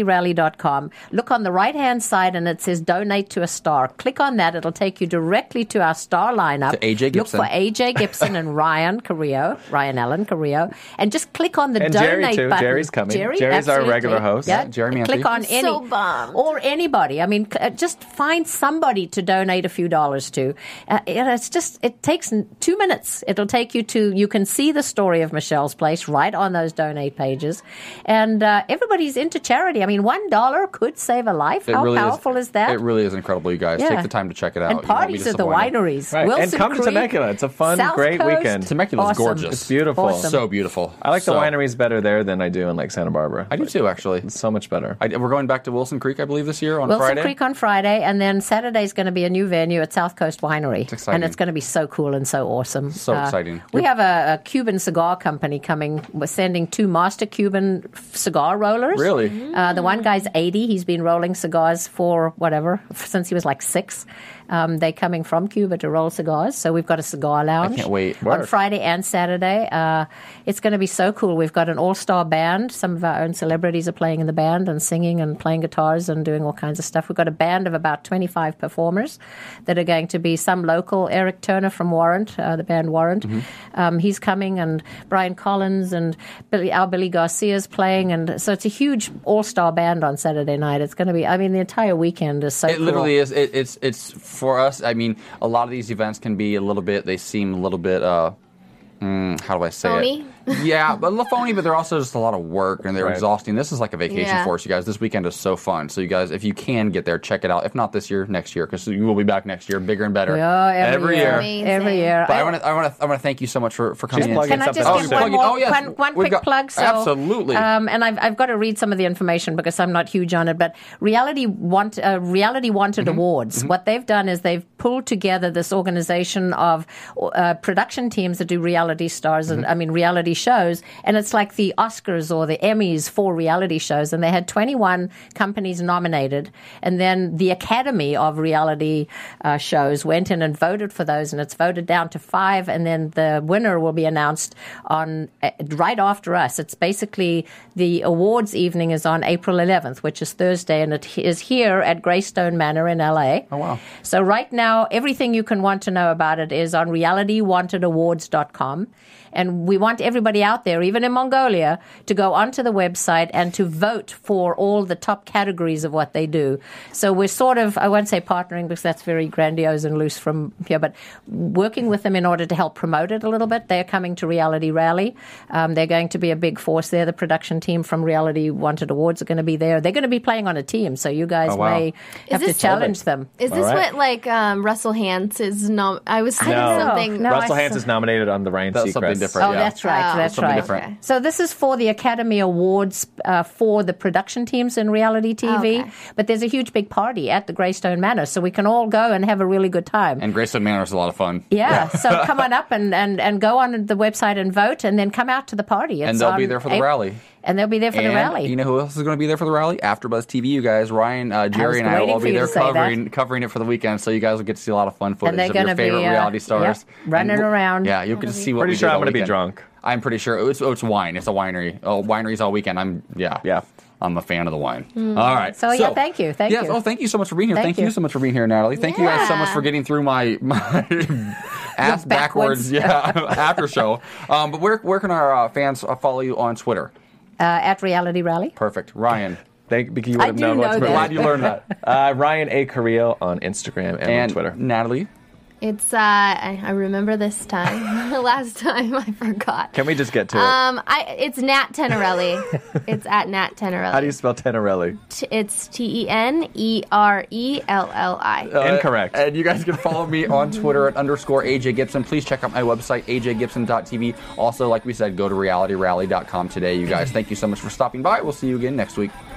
Speaker 6: realityrally.com. Look on the right hand side, and it says donate to a star. Click on that; it'll take you directly to our star lineup.
Speaker 2: To AJ Gibson.
Speaker 6: Look for AJ Gibson and Ryan Carrillo, Ryan Allen Carrillo, and just click on the
Speaker 4: And Jerry,
Speaker 6: donate
Speaker 4: too.
Speaker 6: button.
Speaker 4: Jerry's coming. Jerry's our
Speaker 6: absolutely.
Speaker 4: regular host.
Speaker 6: Yeah,
Speaker 2: Jerry Manthey.
Speaker 6: Click on
Speaker 5: I'm
Speaker 6: any
Speaker 5: so bummed.
Speaker 6: or anybody. I mean, c- uh, just find somebody to donate a few dollars to. Uh, you know, it's just it takes n- two minutes. It'll take you to. You can see the story of Michelle's place right on those donate pages, and uh, everybody's into charity. I mean, one dollar could save a life.
Speaker 2: It
Speaker 6: How
Speaker 2: really
Speaker 6: powerful is, that?
Speaker 2: It really is incredible, you guys.
Speaker 6: Yeah.
Speaker 2: Take the time to check it out.
Speaker 6: And
Speaker 2: You won't be
Speaker 6: parties at the
Speaker 2: disappointed.
Speaker 6: wineries.
Speaker 4: Right.
Speaker 6: Wilson
Speaker 4: And come to
Speaker 6: Creek,
Speaker 4: Temecula. It's a fun,
Speaker 6: South
Speaker 4: great
Speaker 6: Coast.
Speaker 4: weekend.
Speaker 2: Temecula's
Speaker 6: Awesome.
Speaker 2: gorgeous.
Speaker 4: It's beautiful.
Speaker 6: Awesome.
Speaker 2: So beautiful.
Speaker 4: I like
Speaker 2: So-
Speaker 4: the wineries better there than I do in like Santa Barbara.
Speaker 2: I do too, actually.
Speaker 4: It's so much better.
Speaker 2: I, we're going back to Wilson Creek, I believe, this year on
Speaker 6: Wilson
Speaker 2: Friday.
Speaker 6: Creek on Friday, and then Saturday's going to be a new venue at South Coast Winery,
Speaker 2: exciting.
Speaker 6: and it's going to be so cool and so awesome. Uh,
Speaker 2: So exciting.
Speaker 6: We have a, a Cuban cigar company coming. We're sending two master Cuban f- cigar rollers.
Speaker 2: Really?
Speaker 6: Uh, the one guy's 80. He's been rolling cigars for whatever since he was like six. Um, they're coming from Cuba to roll cigars, so we've got a cigar lounge.
Speaker 2: can't wait.
Speaker 6: on
Speaker 2: Work.
Speaker 6: Friday and Saturday. Uh, it's going to be so cool. We've got an all-star band. Some of our own celebrities are playing in the band and singing and playing guitars and doing all kinds of stuff. We've got a band of about 25 performers that are going to be some local Eric Turner from Warrant, uh, the band Warrant.
Speaker 2: Mm-hmm.
Speaker 6: Um, he's coming and Brian Collins and Billy, our Billy Garcia's playing. And so it's a huge all-star band on Saturday night. It's going to be, I mean, the entire weekend is so
Speaker 2: It
Speaker 6: cool.
Speaker 2: literally is. It, it's it's for us. I mean, a lot of these events can be a little bit. They seem a little bit. uh mm, how do I say
Speaker 5: Phony?
Speaker 2: it? Yeah, but a little phony. But they're also just a lot of work and they're
Speaker 4: Right.
Speaker 2: exhausting. This is like a vacation
Speaker 5: Yeah.
Speaker 2: for us, you guys. This weekend is so fun. So you guys, if you can get there, check it out. If not this year, next year, because you will be back next year, bigger and better.
Speaker 6: Yeah, Oh, every, year.
Speaker 5: Amazing.
Speaker 6: Every year.
Speaker 2: But I
Speaker 6: I-
Speaker 2: want to. I want to. I want to thank you so much for for coming. in.
Speaker 4: plugging
Speaker 6: Can I
Speaker 4: something
Speaker 6: just
Speaker 2: else.
Speaker 6: give
Speaker 2: Oh,
Speaker 6: one
Speaker 2: you're
Speaker 6: more,
Speaker 2: plugging- oh, yes.
Speaker 6: one, one
Speaker 2: We've
Speaker 6: quick
Speaker 2: got-
Speaker 6: plug? So,
Speaker 2: Absolutely.
Speaker 6: Um, and I've, I've got to read some of the information because I'm not huge on it. But reality want uh, reality wanted
Speaker 2: Mm-hmm.
Speaker 6: awards. What they've done is they've pulled together this organization of uh, production teams that do reality stars and
Speaker 2: Mm-hmm.
Speaker 6: I mean reality shows, and it's like the Oscars or the Emmys for reality shows. And they had 21 companies nominated, and then the Academy of Reality uh, Shows went in and voted for those, and it's voted down to five, and then the winner will be announced on uh, right after us. It's basically the awards evening is on April 11th, which is Thursday, and it is here at Greystone Manor in LA. Oh
Speaker 2: wow.
Speaker 6: So right now, everything you can want to know about it is on realitywantedawards.com. And we want everybody out there, even in Mongolia, to go onto the website and to vote for all the top categories of what they do. So we're sort of, I won't say partnering because that's very grandiose and loose from here, but working with them in order to help promote it a little bit. They're coming to Reality Rally. Um, they're going to be a big force there. The production team from Reality Wanted Awards are going to be there. They're going to be playing on a team, so you guys
Speaker 4: Oh, wow.
Speaker 6: may
Speaker 4: Is
Speaker 6: have to
Speaker 5: this-
Speaker 6: challenge them.
Speaker 5: Is this
Speaker 4: All right.
Speaker 5: what like um, Russell Hans is? Nom- I was saying
Speaker 4: No.
Speaker 5: something.
Speaker 6: No,
Speaker 4: Russell
Speaker 6: I
Speaker 4: Hans
Speaker 6: saw-
Speaker 4: is nominated on the Ryan
Speaker 2: That's
Speaker 4: Seacrest.
Speaker 2: something different.
Speaker 6: Oh,
Speaker 2: yeah.
Speaker 6: that's right.
Speaker 5: Oh.
Speaker 6: That's
Speaker 2: Something
Speaker 6: right.
Speaker 2: different. Okay.
Speaker 6: So this is for the Academy Awards uh, for the production teams in reality TV.
Speaker 5: Oh, Okay.
Speaker 6: But there's a huge big party at the Greystone Manor, so we can all go and have a really good time.
Speaker 2: And Grayson Manor is a lot of fun.
Speaker 6: yeah, so come on up and, and, and go on the website and vote, and then come out to the party. It's
Speaker 2: And they'll be
Speaker 6: on
Speaker 2: there for the
Speaker 6: April-
Speaker 2: rally.
Speaker 6: And they'll be there for
Speaker 2: and
Speaker 6: the rally.
Speaker 2: You know who else is going to be there for the rally? AfterBuzz TV, you guys. Ryan, uh, Jerry, and I will
Speaker 6: waiting
Speaker 2: all
Speaker 6: for
Speaker 2: be
Speaker 6: you
Speaker 2: there
Speaker 6: to say that.
Speaker 2: covering covering it for the weekend, so you guys will get to see a lot of fun footage
Speaker 6: they're
Speaker 2: of your
Speaker 6: gonna be,
Speaker 2: favorite
Speaker 6: uh,
Speaker 2: reality
Speaker 6: yep,
Speaker 2: stars
Speaker 6: running
Speaker 2: And we'll-
Speaker 6: around.
Speaker 2: Yeah, you can see what.
Speaker 4: Pretty
Speaker 2: we
Speaker 4: sure
Speaker 2: did
Speaker 4: I'm
Speaker 2: all
Speaker 4: gonna be
Speaker 2: weekend.
Speaker 4: drunk.
Speaker 2: I'm pretty sure it's, it's wine. It's a winery. Oh, wineries all weekend. I'm yeah
Speaker 4: Yeah.
Speaker 2: I'm a fan of the wine. All right.
Speaker 6: Hmm. So, yeah, thank you, thank
Speaker 2: yes,
Speaker 6: you.
Speaker 2: Oh, thank you so much for being here.
Speaker 6: Thank
Speaker 2: Thank, you.
Speaker 6: you.
Speaker 2: so much for being here, Natalie. Thank you guys so much
Speaker 5: Yeah.
Speaker 2: for getting through my my ass backwards.
Speaker 6: backwards.
Speaker 2: Yeah, after show. Um, but where where can our uh, fans uh, follow you on Twitter?
Speaker 6: uh, at Reality Rally.
Speaker 2: Perfect, Ryan.
Speaker 4: Thank because you
Speaker 6: I
Speaker 4: would have
Speaker 6: do
Speaker 4: known
Speaker 6: know
Speaker 4: what's
Speaker 6: that.
Speaker 2: Glad you learned that.
Speaker 4: Uh, Ryan A. Carrillo on Instagram and,
Speaker 2: and
Speaker 4: on Twitter.
Speaker 2: Natalie.
Speaker 5: It's uh, I, I remember this time. Last time I forgot.
Speaker 4: Can we just get to it?
Speaker 5: Um, I it's Nat Tenorelli. it's at Nat Tenorelli.
Speaker 4: How do you spell Tenorelli?
Speaker 5: T- it's T E N E R E L L
Speaker 4: Uh,
Speaker 5: I.
Speaker 4: Incorrect.
Speaker 2: Uh, And you guys can follow me on Twitter at underscore AJ Gibson. Please check out my website, ajgibson.tv. Also, like we said, go to realityrally.com today, you guys. Thank you so much for stopping by. We'll see you again next week.